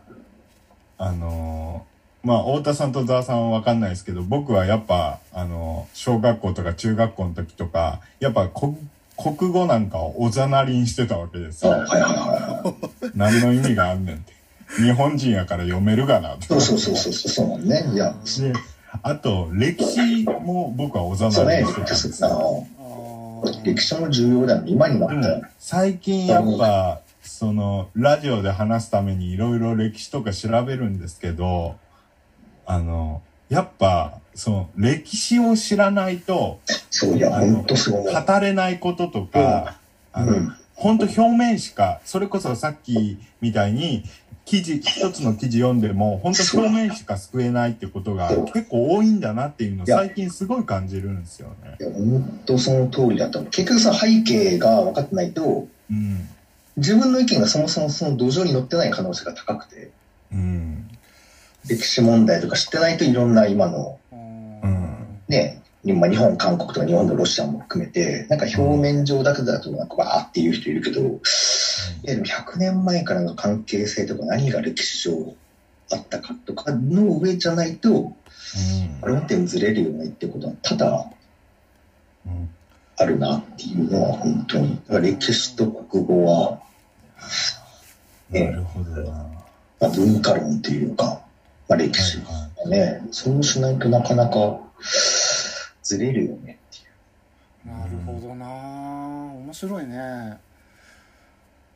[SPEAKER 2] あのー、まあ、太田さんとザワさんは分かんないですけど、僕はやっぱ、あの、小学校とか中学校の時とか、やっぱこ国語なんかをおざなりにしてたわけです
[SPEAKER 3] あ
[SPEAKER 2] よ。
[SPEAKER 3] はいはいはいはい
[SPEAKER 2] 何の意味があんねんって。日本人やから読めるがなと。
[SPEAKER 3] そうそうそうそうそうそうなんねいや
[SPEAKER 2] であと、歴史も僕はおざ
[SPEAKER 3] そう
[SPEAKER 2] なり
[SPEAKER 3] ね
[SPEAKER 2] にしてたんです
[SPEAKER 3] あ
[SPEAKER 2] よ。
[SPEAKER 3] の
[SPEAKER 1] あー
[SPEAKER 3] 歴史も重要だよね今にな
[SPEAKER 2] で
[SPEAKER 3] ったら
[SPEAKER 2] も最近やっぱそのラジオで話すためにいろいろ歴史とか調べるんですけどあのやっぱその歴史を知らないと
[SPEAKER 3] そういや本当すごいな
[SPEAKER 2] 語れないこととか、あ
[SPEAKER 3] う
[SPEAKER 2] の
[SPEAKER 3] ん
[SPEAKER 2] ほんと表面しかそれこそさっきみたいに記事一つの記事読んでも本当表面しか救えないってことが結構多いんだなっていうのを最近すごい感じるんですよね。
[SPEAKER 3] いや本当その通りだと思う結局さ背景が分かってないと
[SPEAKER 2] うん、
[SPEAKER 3] 自分の意見がそもそもその土壌に乗ってない可能性が高くて
[SPEAKER 2] うん、
[SPEAKER 3] 歴史問題とか知ってないといろんな今の
[SPEAKER 1] うん
[SPEAKER 2] うん
[SPEAKER 3] ね今日本韓国とか日本のロシアも含めてなんか表面上だけだとなんかわーっていう人いるけどいやでも100年前からの関係性とか何が歴史上あったかとかの上じゃないと論点ずれるよねってことは多々
[SPEAKER 2] うんうん
[SPEAKER 3] あるなっていうのは本当にだから歴史と国語は
[SPEAKER 2] なるほどな。は
[SPEAKER 3] まあ、文化論っていうか、まあ、
[SPEAKER 2] い
[SPEAKER 3] 歴史
[SPEAKER 2] は
[SPEAKER 3] がね、そうしないとなかなかずれるよねってい
[SPEAKER 1] なるほどな面白いね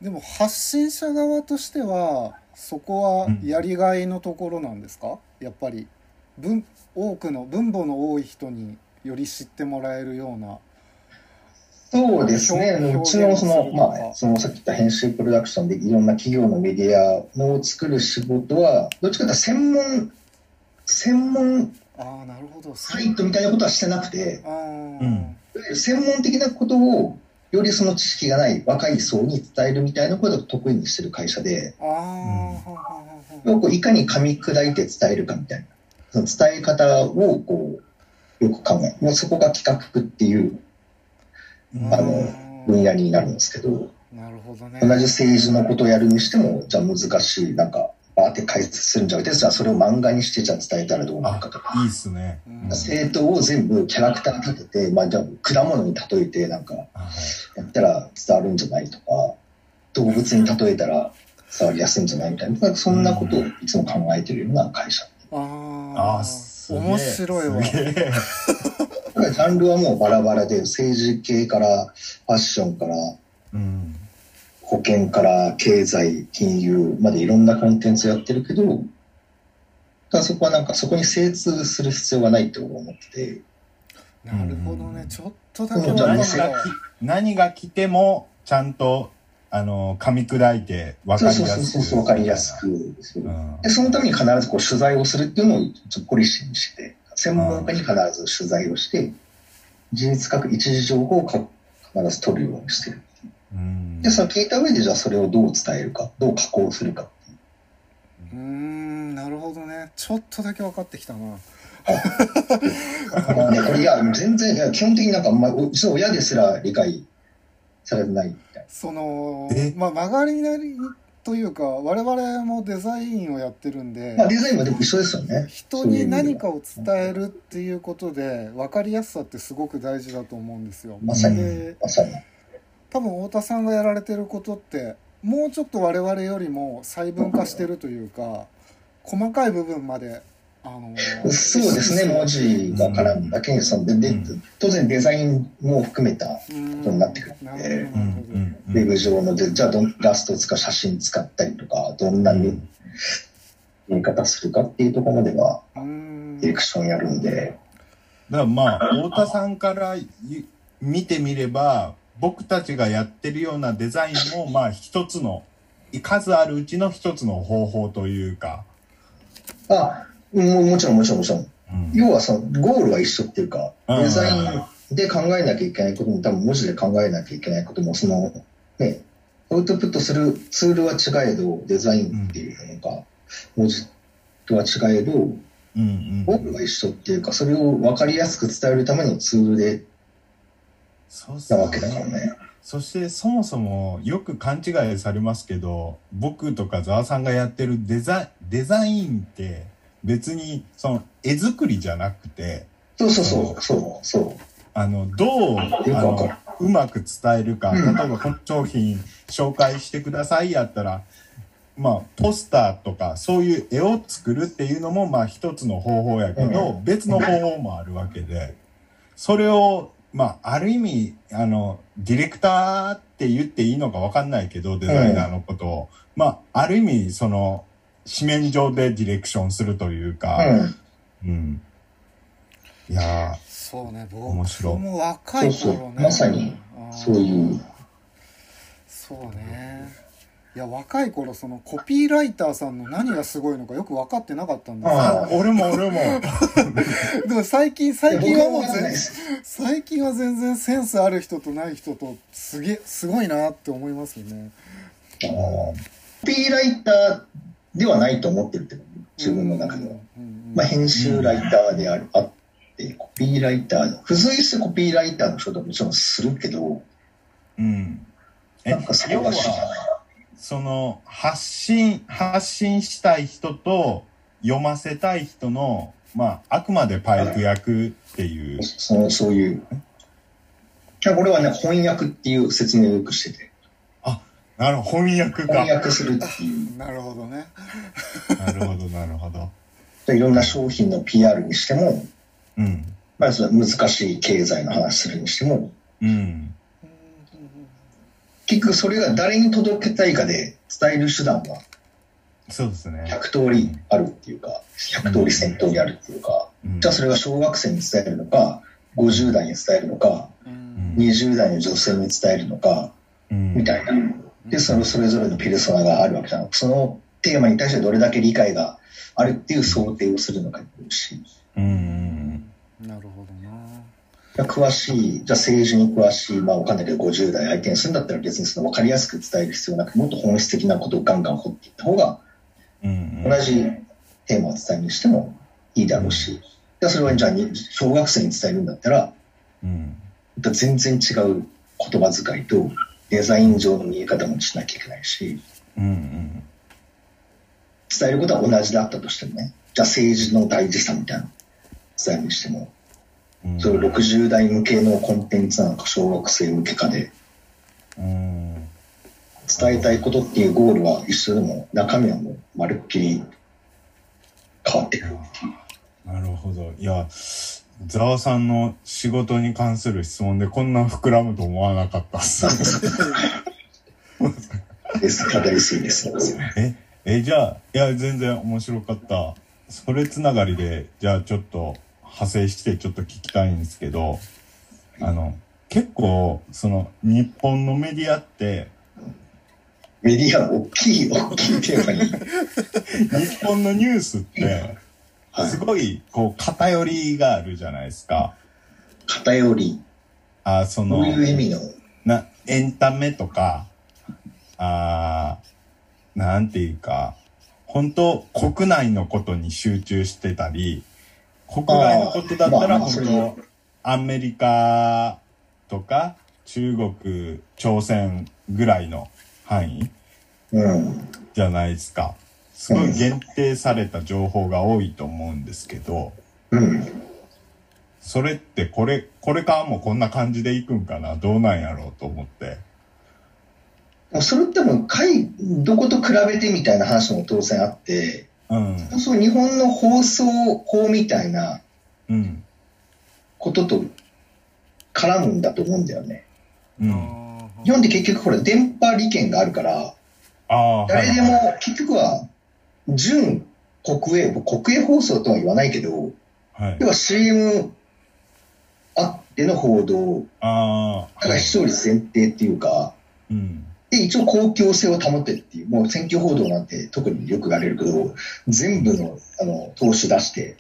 [SPEAKER 1] でも発信者側としてはそこはやりがいのところなんですか、やっぱり分多くの分母の多い人により知ってもらえるような
[SPEAKER 3] う。そうですね、
[SPEAKER 1] 表
[SPEAKER 3] うちの
[SPEAKER 1] 表現す
[SPEAKER 3] そ
[SPEAKER 1] る
[SPEAKER 3] の、
[SPEAKER 1] とか
[SPEAKER 3] まあ、そのさっき言った編集プロダクションでいろんな企業のメディアを作る仕事は、どっちかというと専門、専門
[SPEAKER 1] ああなるほど
[SPEAKER 3] サイトみたいなことはしてなくて、
[SPEAKER 1] あー、
[SPEAKER 2] うん
[SPEAKER 3] いわゆる専門的なことをよりその知識がない若い層に伝えるみたいなことを得意にしてる会社で、
[SPEAKER 1] ああ、はははは
[SPEAKER 3] をこういかに噛み砕いて伝えるかみたいな。その伝え方をこうよく考えもうそこが企画っていう
[SPEAKER 2] うん
[SPEAKER 3] あの分野になるんですけど
[SPEAKER 1] なるほどね
[SPEAKER 3] 同じ政治のことをやるにしてもじゃあ難しいなんかバーって解説するんじゃなくてじゃあそれを漫画にしてじゃあ伝えたらどうなるかとか
[SPEAKER 2] いいっすね。
[SPEAKER 1] うん
[SPEAKER 3] 政党を全部キャラクターに立てて、まあ、じゃあ果物に例えてなんか
[SPEAKER 2] あ
[SPEAKER 3] やったら伝わるんじゃないとか動物に例えたら伝わりやすいんじゃないみたいなそんなことをいつも考えてるような会社
[SPEAKER 1] あ
[SPEAKER 2] あ
[SPEAKER 1] ー
[SPEAKER 2] ー、すげえ
[SPEAKER 1] 面白いわ
[SPEAKER 2] すげえ
[SPEAKER 3] だからジャンルはもうバラバラで政治系からファッションから
[SPEAKER 2] うん。
[SPEAKER 3] 保険から経済金融までいろんなコンテンツやってるけどただそこはなんかそこに精通する必要がないと思ってて
[SPEAKER 1] なるほどね
[SPEAKER 2] うん
[SPEAKER 1] ちょっとだけ
[SPEAKER 3] そう
[SPEAKER 1] わ
[SPEAKER 3] じ
[SPEAKER 1] か
[SPEAKER 3] ゃ
[SPEAKER 1] ん
[SPEAKER 3] あ
[SPEAKER 1] ない
[SPEAKER 2] 何が
[SPEAKER 3] ね
[SPEAKER 2] き何が来てもちゃんとあの噛み砕いて分
[SPEAKER 3] そう
[SPEAKER 2] かり
[SPEAKER 3] そう
[SPEAKER 2] や
[SPEAKER 3] そう
[SPEAKER 2] す
[SPEAKER 3] そ
[SPEAKER 2] く
[SPEAKER 3] うそう分かりやすくする
[SPEAKER 2] うん
[SPEAKER 3] でそのために必ずこう取材をするっていうのをちょっとポリシーにして専門家に必ず取材をして事実確認一時情報をか必ず取るようにしてる
[SPEAKER 2] うん
[SPEAKER 3] でその聞いた上でじゃあそれをどう伝えるかどう加工するか
[SPEAKER 1] うーんなるほどねちょっとだけ分かってきたな
[SPEAKER 3] まあね、これいや全然いや基本的になんかあんまりうちの親ですら理解されてないみたい
[SPEAKER 1] その
[SPEAKER 2] え
[SPEAKER 1] まあ曲がりなりというか我々もデザインをやってるんで
[SPEAKER 3] な、まあ、デザインはでも一緒ですよね
[SPEAKER 1] 人に何かを伝えるっていうことで分かりやすさってすごく大事だと思うんですよ。
[SPEAKER 3] まさに
[SPEAKER 1] で
[SPEAKER 3] まさに
[SPEAKER 1] 多分太田さんがやられてることってもうちょっと我々よりも細分化してるというか細かい部分まであの
[SPEAKER 3] そうですね文字が絡むだけにそのでで
[SPEAKER 2] うん
[SPEAKER 3] 当然デザインも含めた
[SPEAKER 1] うん
[SPEAKER 3] ことになってくるんで
[SPEAKER 1] なるほ
[SPEAKER 2] う
[SPEAKER 1] どなるほど
[SPEAKER 2] んうん
[SPEAKER 3] ウェブ上のでじゃあどんラストを使う写真使ったりとかどんな見
[SPEAKER 2] う
[SPEAKER 3] 見え方するかっていうところまでは
[SPEAKER 1] うん
[SPEAKER 3] ディレクションやるんで
[SPEAKER 2] だからまあ太田さんからい見てみれば僕たちがやってるようなデザインもまあ一つの数あるうちの一つの方法というか、
[SPEAKER 3] あももちろんもちろんもちろん
[SPEAKER 2] うん
[SPEAKER 3] 要はそのゴールは一緒っていうか
[SPEAKER 2] うん
[SPEAKER 3] デザインで考えなきゃいけないことも多分文字で考えなきゃいけないこともそのねアウトプットするツールは違えどデザインっていうのが文字とは違えど
[SPEAKER 2] うんう
[SPEAKER 3] ゴール
[SPEAKER 2] ん、
[SPEAKER 3] は一緒っていうかそれを分かりやすく伝えるためのツールで
[SPEAKER 2] そうっす
[SPEAKER 3] な
[SPEAKER 2] ね
[SPEAKER 3] わけだからね。
[SPEAKER 2] そしてそもそもよく勘違いされますけど僕とかざわさんがやってるデザデザインって別にその絵作りじゃなくて
[SPEAKER 3] そうそうそうそうそう
[SPEAKER 2] あのどうあ
[SPEAKER 3] くわか
[SPEAKER 2] の
[SPEAKER 3] る
[SPEAKER 2] うまく伝えるか、
[SPEAKER 3] うん
[SPEAKER 2] 例えばこの商品紹介してくださいやったらまあポスターとかそういう絵を作るっていうのもまあ一つの方法やけど、
[SPEAKER 3] う
[SPEAKER 2] 別の方法もあるわけでそれをまあある意味あのディレクターって言っていいのかわかんないけどデザイナーのことを、まあある意味その紙面上でディレクションするというか、
[SPEAKER 3] うん
[SPEAKER 2] うん、いや
[SPEAKER 1] そうね
[SPEAKER 2] 面
[SPEAKER 1] 僕
[SPEAKER 2] 白い
[SPEAKER 1] も若い
[SPEAKER 3] そう
[SPEAKER 1] 頃
[SPEAKER 3] そ
[SPEAKER 1] ね
[SPEAKER 3] うまさに
[SPEAKER 1] ん
[SPEAKER 3] そういう
[SPEAKER 1] そうねいや若い頃そのコピーライターさんの何がすごいのかよく分かってなかったんです
[SPEAKER 2] ー
[SPEAKER 1] よ
[SPEAKER 2] あ俺も俺も。
[SPEAKER 1] でも最近最近はもう
[SPEAKER 3] 僕もわかんな
[SPEAKER 1] 全
[SPEAKER 3] いです
[SPEAKER 1] 最近は全然センスある人とない人とすげえすごいなって思いますよね
[SPEAKER 3] コピーライターではないと思ってるけど自分の中では、
[SPEAKER 1] うん
[SPEAKER 3] まあ、編集ライターであるあってコピーライターの付随してコピーライターの仕事はもちろんするけど
[SPEAKER 2] うん。え
[SPEAKER 3] なんかそれ
[SPEAKER 2] 要
[SPEAKER 3] が知ら
[SPEAKER 2] は
[SPEAKER 3] ない
[SPEAKER 2] その発信発信したい人と読ませたい人のまああくまでパイプ役っていう。
[SPEAKER 3] そのそういういやこれはね翻訳っていう説明をよくしてて
[SPEAKER 2] なるほど翻訳か。
[SPEAKER 3] 翻訳するっていう
[SPEAKER 1] なるほどね
[SPEAKER 2] なるほどなるほど。
[SPEAKER 3] でいろんな商品の PR にしても、
[SPEAKER 2] うん
[SPEAKER 3] まあ、その難しい経済の話するにしても
[SPEAKER 2] うん
[SPEAKER 3] 結局それが誰に届けたいかで伝える手段は
[SPEAKER 2] そうですね。
[SPEAKER 3] 100通りあるっていうか100通り先頭にあるっていうか、
[SPEAKER 2] うん
[SPEAKER 3] じゃあそれが小学生に伝えるのか50代に伝えるのか
[SPEAKER 1] うん
[SPEAKER 3] 20代の女性に伝えるのか
[SPEAKER 2] うん
[SPEAKER 3] みたいなでそのそれぞれのペルソナがあるわけじゃなくそのテーマに対してどれだけ理解があるっていう想定をするのかにもよるし
[SPEAKER 2] うんうん
[SPEAKER 1] なるほどな
[SPEAKER 3] 詳しいじゃあ政治に詳しいまあわかんないけど50代相手にするんだったら別にその分かりやすく伝える必要なくもっと本質的なことをガンガン掘っていった方が
[SPEAKER 2] うんうん。
[SPEAKER 3] 同じテーマを伝えるにしてもいいだろうし、でそれはじゃあに小学生に伝えるんだったら、
[SPEAKER 2] うん
[SPEAKER 3] また全然違う言葉遣いとデザイン上の見え方もしなきゃいけないし、
[SPEAKER 2] うんうん
[SPEAKER 3] 伝えることは同じだったとしてもね、じゃあ政治の大事さみたいなの伝えるにしても、
[SPEAKER 2] うん
[SPEAKER 3] それを60代向けのコンテンツなのか、小学生向けかで、
[SPEAKER 2] うん
[SPEAKER 3] 伝えたいことっていうゴールは一緒でも、中身はもうまるっきり変わってくるっていう。
[SPEAKER 2] なるほどいやざわさんの仕事に関する質問でこんな膨らむと思わなかったっす
[SPEAKER 3] *laughs* です、語りすぎです。
[SPEAKER 2] ええじゃあいや全然面白かったそれつながりでじゃあちょっと派生してちょっと聞きたいんですけどあの結構その日本のメディアって
[SPEAKER 3] メディア、大きい、大きいテーマに。
[SPEAKER 2] 日本のニュースって
[SPEAKER 3] はい
[SPEAKER 2] すごいこう偏りがあるじゃないですか。
[SPEAKER 3] 偏り、
[SPEAKER 2] あそ
[SPEAKER 3] ど
[SPEAKER 2] の
[SPEAKER 3] ういう意味の、
[SPEAKER 2] なエンタメとかあーなんていうか本当国内のことに集中してたり国外のことだった
[SPEAKER 3] ま
[SPEAKER 2] ら
[SPEAKER 3] あまあそれ
[SPEAKER 2] 本当アメリカとか中国朝鮮ぐらいの範囲
[SPEAKER 3] うん、
[SPEAKER 2] じゃないですか。すごい限定された情報が多いと思うんですけど、
[SPEAKER 3] うん。
[SPEAKER 2] それってこれ、これからもこんな感じでいくんかなどうなんやろうと思って。
[SPEAKER 3] それってもう、海、どこと比べてみたいな話も当然あって、
[SPEAKER 2] うん。
[SPEAKER 3] そう日本の放送法みたいな
[SPEAKER 2] うん。
[SPEAKER 3] ことと絡むんだと思うんだよね。
[SPEAKER 2] うん。
[SPEAKER 1] あー
[SPEAKER 3] 日本って結局ほら、電波利権があるから、
[SPEAKER 2] ああ、
[SPEAKER 3] 誰で
[SPEAKER 2] はい
[SPEAKER 3] も結局は純国営国営放送とは言わないけど
[SPEAKER 2] はい。
[SPEAKER 3] 要は CM あっての報道
[SPEAKER 2] ああ、
[SPEAKER 3] だから視聴率前提っていうか
[SPEAKER 2] うん。
[SPEAKER 3] で一応公共性を保ってるっていうもう選挙報道なんて特によく言われるけど全部のあの投資出して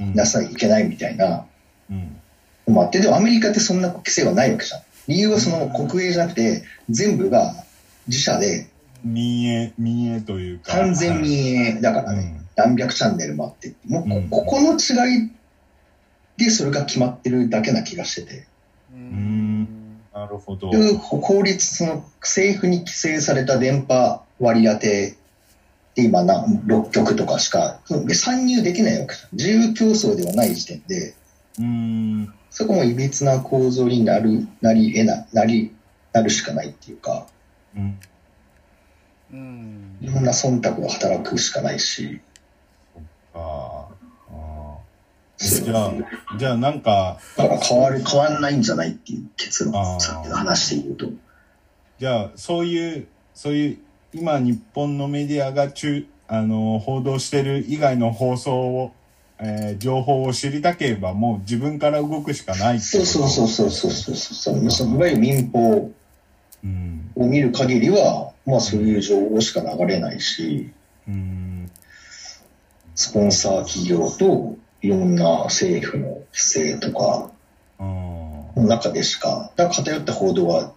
[SPEAKER 2] うん。
[SPEAKER 3] なさいいけないみたいな
[SPEAKER 2] うん。
[SPEAKER 3] のもあってでもアメリカってそんな規制はないわけじゃん理由はその国営じゃなくて全部が自社で
[SPEAKER 2] 民営、民営というか。
[SPEAKER 3] 完全民営だからね、何百チャンネルもあってもうこ,、
[SPEAKER 2] うん
[SPEAKER 3] ここの違いでそれが決まってるだけな気がしてて、
[SPEAKER 1] う
[SPEAKER 2] うんなるほど。
[SPEAKER 3] いう法律その政府に規制された電波割り当てで今何6局とかしかで参入できないわけじゃん自由競争ではない時点で
[SPEAKER 2] うん。
[SPEAKER 3] そこもいびつな構造になるなりえななりなるしかないっていうか
[SPEAKER 2] うん。
[SPEAKER 1] うん
[SPEAKER 3] いろんな忖度が働くしかないし
[SPEAKER 2] あーあー。じゃあ、じゃあなんか、
[SPEAKER 3] だから変わる変わんないんじゃないっていう結
[SPEAKER 2] あー
[SPEAKER 3] 論さっきの話で言うと。
[SPEAKER 2] じゃあそういうそういう今日本のメディアが中あの報道してる以外の放送を、えー情報を知りたければもう自分から動くしかないって
[SPEAKER 3] そうそうそうそうそうそうそうそういわゆる民放
[SPEAKER 2] ううん
[SPEAKER 3] を見る限りは、まあ、そういう情報しか流れないし
[SPEAKER 2] うん
[SPEAKER 3] スポンサー企業といろんな政府の規制とか
[SPEAKER 2] あー
[SPEAKER 3] の中でしかだから偏った報道は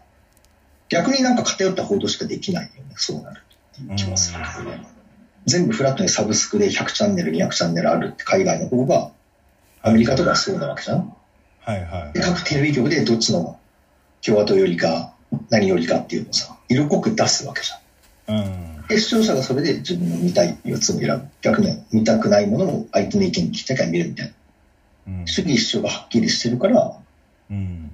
[SPEAKER 3] 逆になんか偏った報道しかできないよねそうなるっていう気もするけどね全部フラットにサブスクで100チャンネル200チャンネルあるって海外の方がアメリカとかはそうなわけじゃん
[SPEAKER 2] はいはい
[SPEAKER 3] で各テレビ局でどっちの共和党よりか何よりかっていうのをさ色濃く出すわけじゃん
[SPEAKER 2] うん
[SPEAKER 3] で視聴者がそれで自分の見たいやつを選ぶ逆に見たくないものを相手の意見聞きたいから見るみたいな
[SPEAKER 2] うん
[SPEAKER 3] 主義主張がはっきりしてるから
[SPEAKER 2] うん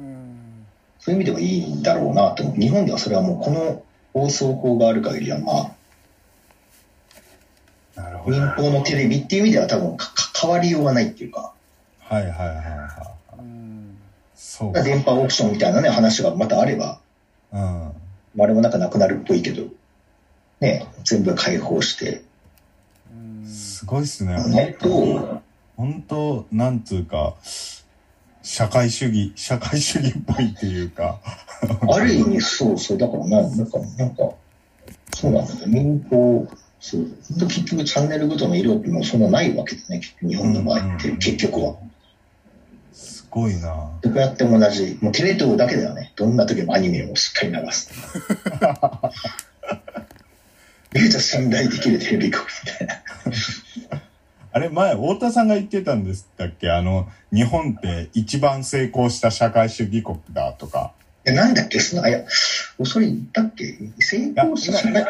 [SPEAKER 1] うん
[SPEAKER 3] そういう意味ではいいんだろうなと思う日本ではそれはもうこの放送法がある限りはまあ
[SPEAKER 2] なるほど
[SPEAKER 3] 民
[SPEAKER 2] はい
[SPEAKER 3] 放のテレビっていう意味では多分かか変わりようがないっていうか
[SPEAKER 2] はいはいはい
[SPEAKER 1] うん
[SPEAKER 2] そうか
[SPEAKER 3] 電波オークションみたいなね話がまたあれば
[SPEAKER 2] うん
[SPEAKER 3] あれもなんかなくなるっぽいけどね全部解放して
[SPEAKER 1] うん
[SPEAKER 2] すごいっすね
[SPEAKER 3] ねと
[SPEAKER 2] 本当なんつうか社会主義社会主義っぽいっていうか
[SPEAKER 3] ある意味、そうそう、だからな、なんか、なんか、そうなんだね、民放、そう、本当結局、チャンネルごとの色ってもうそんなないわけだね、結局日本の場合っ
[SPEAKER 2] うん
[SPEAKER 3] て、
[SPEAKER 2] うん
[SPEAKER 3] 結局は。
[SPEAKER 2] すごいな
[SPEAKER 3] どこやっても同じ、もうテレ東だけだよね、どんな時もアニメをしっかり流
[SPEAKER 2] *laughs*
[SPEAKER 3] す。めっちゃ信頼できるテレビ局みたいな。
[SPEAKER 2] あれ前、太田さんが言ってたんですだっけあの、日本って一番成功した社会主義国だとか。
[SPEAKER 3] え、なんだっけそんな、いや、それ言ったっけ成功者
[SPEAKER 2] いや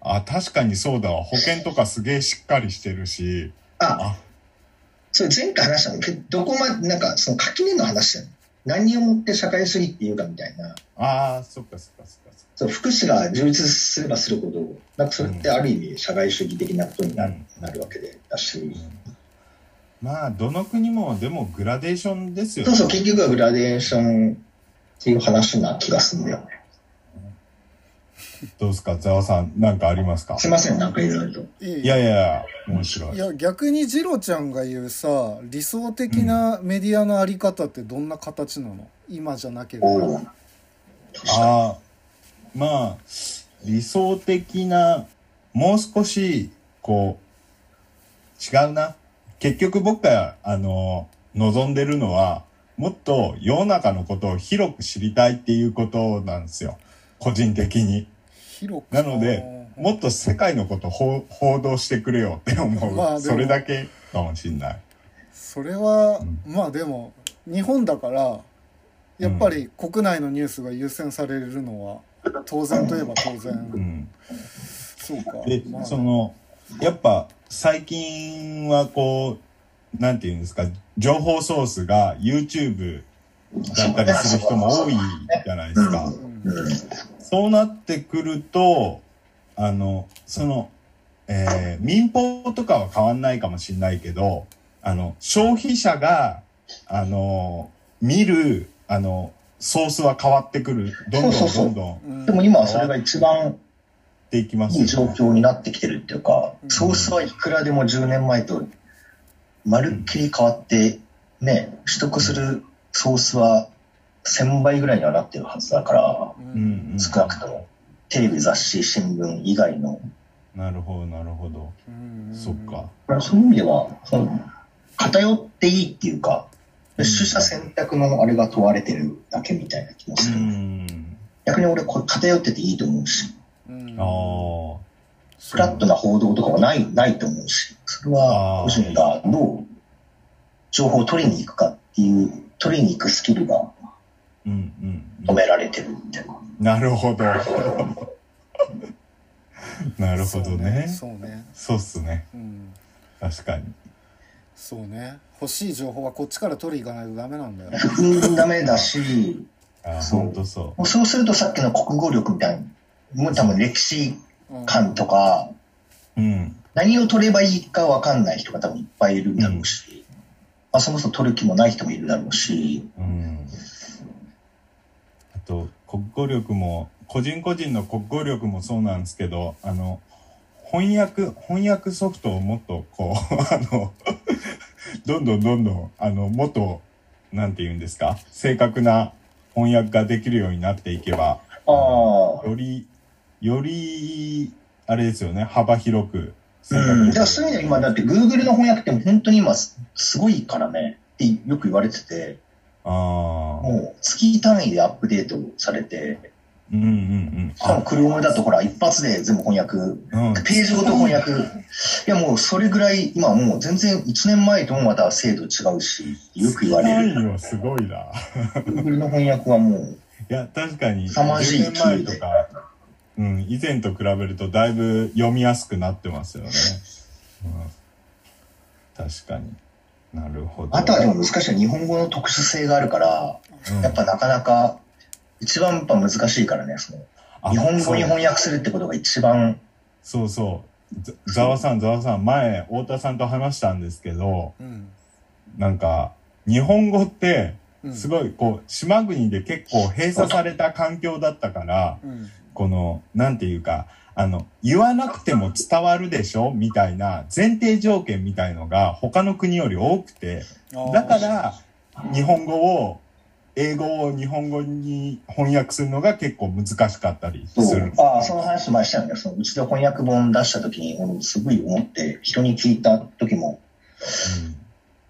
[SPEAKER 2] あ、確かにそうだわ。保険とかすげえしっかりしてるし。
[SPEAKER 3] あ、
[SPEAKER 2] あ、
[SPEAKER 3] そう、前回話したのけど、どこまで、なんか、その垣根の話だよね。何をもって社会主義っていうかみたいな。
[SPEAKER 2] あーそっかそっかそっかそ
[SPEAKER 3] そう、福祉が充実すればするほど、なんかそれってある意味社会主義的なことになる,、
[SPEAKER 2] うん
[SPEAKER 3] なるわけで、だし、
[SPEAKER 2] っか。うんまあ、どの国もでもグラデーションですよ
[SPEAKER 3] そう
[SPEAKER 2] ね。
[SPEAKER 3] そう、結局はグラデーションっていう話な気がするんだよね。
[SPEAKER 2] どうですかざわさん、なんかありますか
[SPEAKER 3] すいません、なんかいろいろと。
[SPEAKER 1] いい
[SPEAKER 2] いやいや、面白
[SPEAKER 1] い
[SPEAKER 2] い。
[SPEAKER 1] や逆にジロちゃんが言うさ理想的なメディアのあり方ってどんな形なの、今じゃなければ
[SPEAKER 3] おー
[SPEAKER 2] ああ、まあ、理想的な、もう少し、こう、違うな。結局僕が、あの、望んでるのは、もっと世の中のことを広く知りたいっていうことなんですよ。個人的に。
[SPEAKER 1] 広く
[SPEAKER 2] なので、もっと世界のことを報報道してくれよって思う。
[SPEAKER 1] まあでも
[SPEAKER 2] それだけかもしんない。
[SPEAKER 1] それは、
[SPEAKER 2] うん
[SPEAKER 1] まあでも日本だからやっぱり国内のニュースが優先されるのは当然といえば当
[SPEAKER 2] う
[SPEAKER 1] 然
[SPEAKER 2] ん。
[SPEAKER 1] そうか、
[SPEAKER 2] で、
[SPEAKER 1] まあ
[SPEAKER 2] そのやっぱ最近はこうなんていうんですか情報ソースが YouTube だったりする人も多いじゃないですか。
[SPEAKER 1] うん
[SPEAKER 3] うん
[SPEAKER 2] そうなってくるとあのその、えー民放とかは変わんないかもしれないけどあの消費者があの見るあのソースは変わってくるどんどん
[SPEAKER 3] そうそう
[SPEAKER 2] ど
[SPEAKER 3] そうん
[SPEAKER 2] どん
[SPEAKER 1] うん
[SPEAKER 3] でも今はそれが一番
[SPEAKER 2] っていきます
[SPEAKER 3] いい
[SPEAKER 2] よ
[SPEAKER 3] 状
[SPEAKER 2] ね。
[SPEAKER 3] 況になってきてるっていうか
[SPEAKER 1] う、ん
[SPEAKER 3] ソースはいくらでも10年前とまるっきり変わって、ね、取得するソースは1000倍ぐらいにはなってるはずだから、
[SPEAKER 1] うん
[SPEAKER 2] うんうん
[SPEAKER 3] 少なくともテレビ、雑誌、新聞以外の、
[SPEAKER 2] なるほどなるほど。
[SPEAKER 1] うん
[SPEAKER 2] そっか。
[SPEAKER 3] そういう意味では、その偏っていいっていうか、取捨選択のあれが問われてるだけみたいな気もす
[SPEAKER 2] う
[SPEAKER 3] る。
[SPEAKER 2] ん。
[SPEAKER 3] 逆に俺、これ偏ってていいと思うし、
[SPEAKER 1] うん
[SPEAKER 2] あ
[SPEAKER 3] フラットな報道とかもない、ないと思うし、それは個人がどう情報を取りに行くかっていう、取りに行くスキルが
[SPEAKER 2] あ。うんう
[SPEAKER 3] 止
[SPEAKER 2] ん。
[SPEAKER 3] められてるみたいな。
[SPEAKER 2] なるほど。 *laughs* なるほどね。
[SPEAKER 1] そうねそうね
[SPEAKER 2] そうっすね。
[SPEAKER 1] うん
[SPEAKER 2] 確かに。
[SPEAKER 1] そうね欲しい情報はこっちから取りに行かないとダメなんだよ
[SPEAKER 3] 工夫もダメだし、
[SPEAKER 2] あ
[SPEAKER 3] そう
[SPEAKER 2] 本当そ
[SPEAKER 3] もうそうするとさっきの国語力みたいな、もう多分歴史
[SPEAKER 1] うん
[SPEAKER 3] 観とか、
[SPEAKER 2] う。うん。
[SPEAKER 3] 何を取ればいいかわかんない人が多分いっぱいいるんだろうし、まあ、そもそも取る気もない人もいるだろうし、
[SPEAKER 2] うん。あと、国語力も、個人個人の国語力もそうなんですけど、あの、翻訳、翻訳ソフトをもっとこう、 *laughs* あの、どんどんどんどん、あの、もっと、なんて言うんですか、正確な翻訳ができるようになっていけば、
[SPEAKER 3] ああ、
[SPEAKER 2] より、より、あれですよね、幅広く。
[SPEAKER 3] うん、だからそういう意味では今だって Google の翻訳っても本当に今すすごいからねってよく言われてて
[SPEAKER 2] ああ。
[SPEAKER 3] もう月単位でアップデートされて
[SPEAKER 2] うんうんうん。
[SPEAKER 3] しかも Chrome だとほら一発で全部翻訳
[SPEAKER 2] うん、
[SPEAKER 3] ページごと翻訳いやもうそれぐらい今もう全然1年前ともまた精度違うしよく言われる
[SPEAKER 2] る。はすごいな。
[SPEAKER 3] Google の翻訳はもう
[SPEAKER 2] いや、確かに、
[SPEAKER 3] 凄まじい
[SPEAKER 2] 10年前とか、うん、以前と比べるとだいぶ読みやすくなってますよね。うん、確かになるほど。
[SPEAKER 3] あとはでも難しいのは日本語の特殊性があるから
[SPEAKER 2] うん、
[SPEAKER 3] やっぱなかなか一番やっぱ難しいからねその
[SPEAKER 2] あ
[SPEAKER 3] 日本語に
[SPEAKER 2] そう
[SPEAKER 3] 翻訳するってことが一番
[SPEAKER 2] そうそう。ざざわさん、ざわさん、前、太田さんと話したんですけど、
[SPEAKER 1] うん
[SPEAKER 2] なんか、日本語って、
[SPEAKER 1] うん
[SPEAKER 2] すごい、こう、島国で結構閉鎖された環境だったから、
[SPEAKER 1] うん
[SPEAKER 2] この、なんていうか、あの、言わなくても伝わるでしょみたいな、前提条件みたいのが他の国より多くて、
[SPEAKER 1] あー
[SPEAKER 2] だから、日本語を、英語を日本語に翻訳するのが結構難しかったりす
[SPEAKER 3] そう
[SPEAKER 2] る。
[SPEAKER 3] ああその話前したんだよそのうちで翻訳本出した時に俺すごい思って人に聞いた時も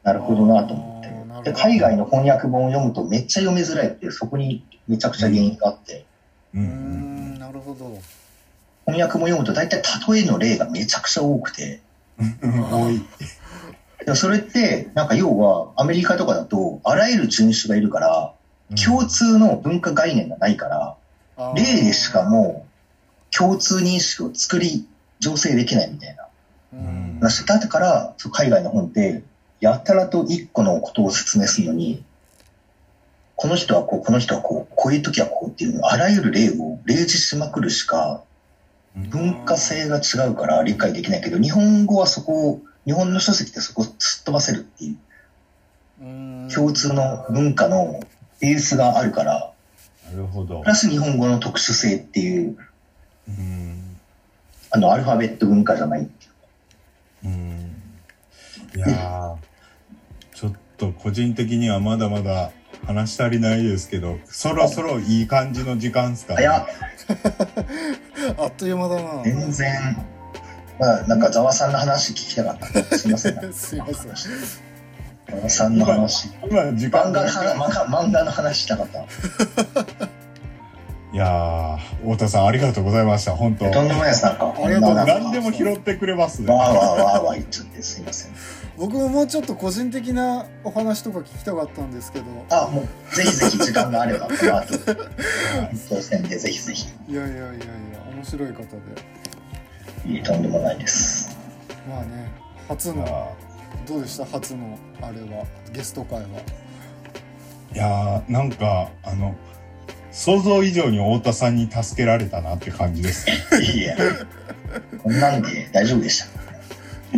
[SPEAKER 3] なるほどなと思
[SPEAKER 1] あーなる
[SPEAKER 3] っ
[SPEAKER 1] ほ
[SPEAKER 3] て
[SPEAKER 1] ど
[SPEAKER 3] で海外の翻訳本を読むとめっちゃ読みづらいってそこにめちゃくちゃ原因があって、
[SPEAKER 2] うん。う
[SPEAKER 1] うんーんなるほど
[SPEAKER 3] 翻訳本読むと大体例えの例がめちゃくちゃ多くて
[SPEAKER 2] うん。多い。
[SPEAKER 3] でもそれって、なんか要は、アメリカとかだと、あらゆる人種がいるから、共通の文化概念がないから、
[SPEAKER 1] あー
[SPEAKER 3] 例でしかもう、共通認識を作り、醸成できないみたいな
[SPEAKER 1] うん
[SPEAKER 3] 話だったから、そう海外の本って、やたらと一個のことを説明するのに、この人はこう、この人はこう、こういう時はこうっていう、あらゆる例を例示しまくるしか文化性が違うから理解できないけど日本語はそこを日本の書籍ってそこをすっ飛ばせるっていう
[SPEAKER 1] うん
[SPEAKER 3] 共通の文化のベースがあるから
[SPEAKER 2] なるほど
[SPEAKER 3] プラス日本語の特殊性っていう
[SPEAKER 2] うん
[SPEAKER 3] あのアルファベット文化じゃないってい
[SPEAKER 2] うんいやーちょっと個人的にはまだまだ話し足りないですけどそろそろいい感じの時間ですか
[SPEAKER 3] ういや
[SPEAKER 1] あっという間だな
[SPEAKER 3] 全然まあなんかざわさんの話聞きたかったすいません
[SPEAKER 1] *laughs* すいません
[SPEAKER 3] ざわさんの話
[SPEAKER 2] 今時
[SPEAKER 3] 漫
[SPEAKER 2] 間
[SPEAKER 3] 画
[SPEAKER 2] が
[SPEAKER 3] の話漫画漫画の話したかった
[SPEAKER 2] いやー太田さんありがとうございました本当
[SPEAKER 3] とんでもないですなんか
[SPEAKER 1] ありがとうございます
[SPEAKER 2] 何でも拾ってくれますね
[SPEAKER 3] わーわーわーわー言っちゃってすいません
[SPEAKER 1] 僕ももうちょっと個人的なお話とか聞きたかったんですけど
[SPEAKER 3] あもうぜひぜひ時間があればこの後挑戦でぜひぜひ
[SPEAKER 1] いやいやいやいや面白い方で
[SPEAKER 3] いいとんでもないです。
[SPEAKER 1] まあね初
[SPEAKER 2] いや
[SPEAKER 1] の
[SPEAKER 2] ー
[SPEAKER 1] どうでした初のあれはゲスト会はい
[SPEAKER 2] やーなんかあの想像以上に太田さんに助けられたなって感じ *laughs* です。
[SPEAKER 3] いや、こんなんで大丈夫でし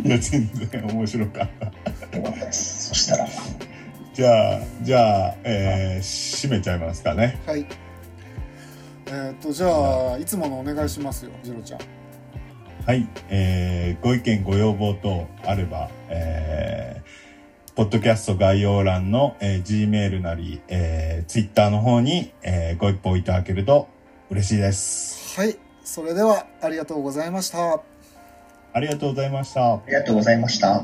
[SPEAKER 2] いや全然面白かった。
[SPEAKER 3] た。よかったです。そしたら、
[SPEAKER 2] じゃあじゃあ、えー、締めちゃいますかね。
[SPEAKER 1] はいえーっとじゃあいつものお願いしますよジロちゃん
[SPEAKER 2] はい、えー、ご意見ご要望等あれば、えー、ポッドキャスト概要欄の、えー、G メールなり、えー、Twitter の方に、えー、ご一報いただけると嬉しいです。
[SPEAKER 1] はいそれではありがとうございました
[SPEAKER 2] ありがとうございました
[SPEAKER 3] あ。りがとうございました。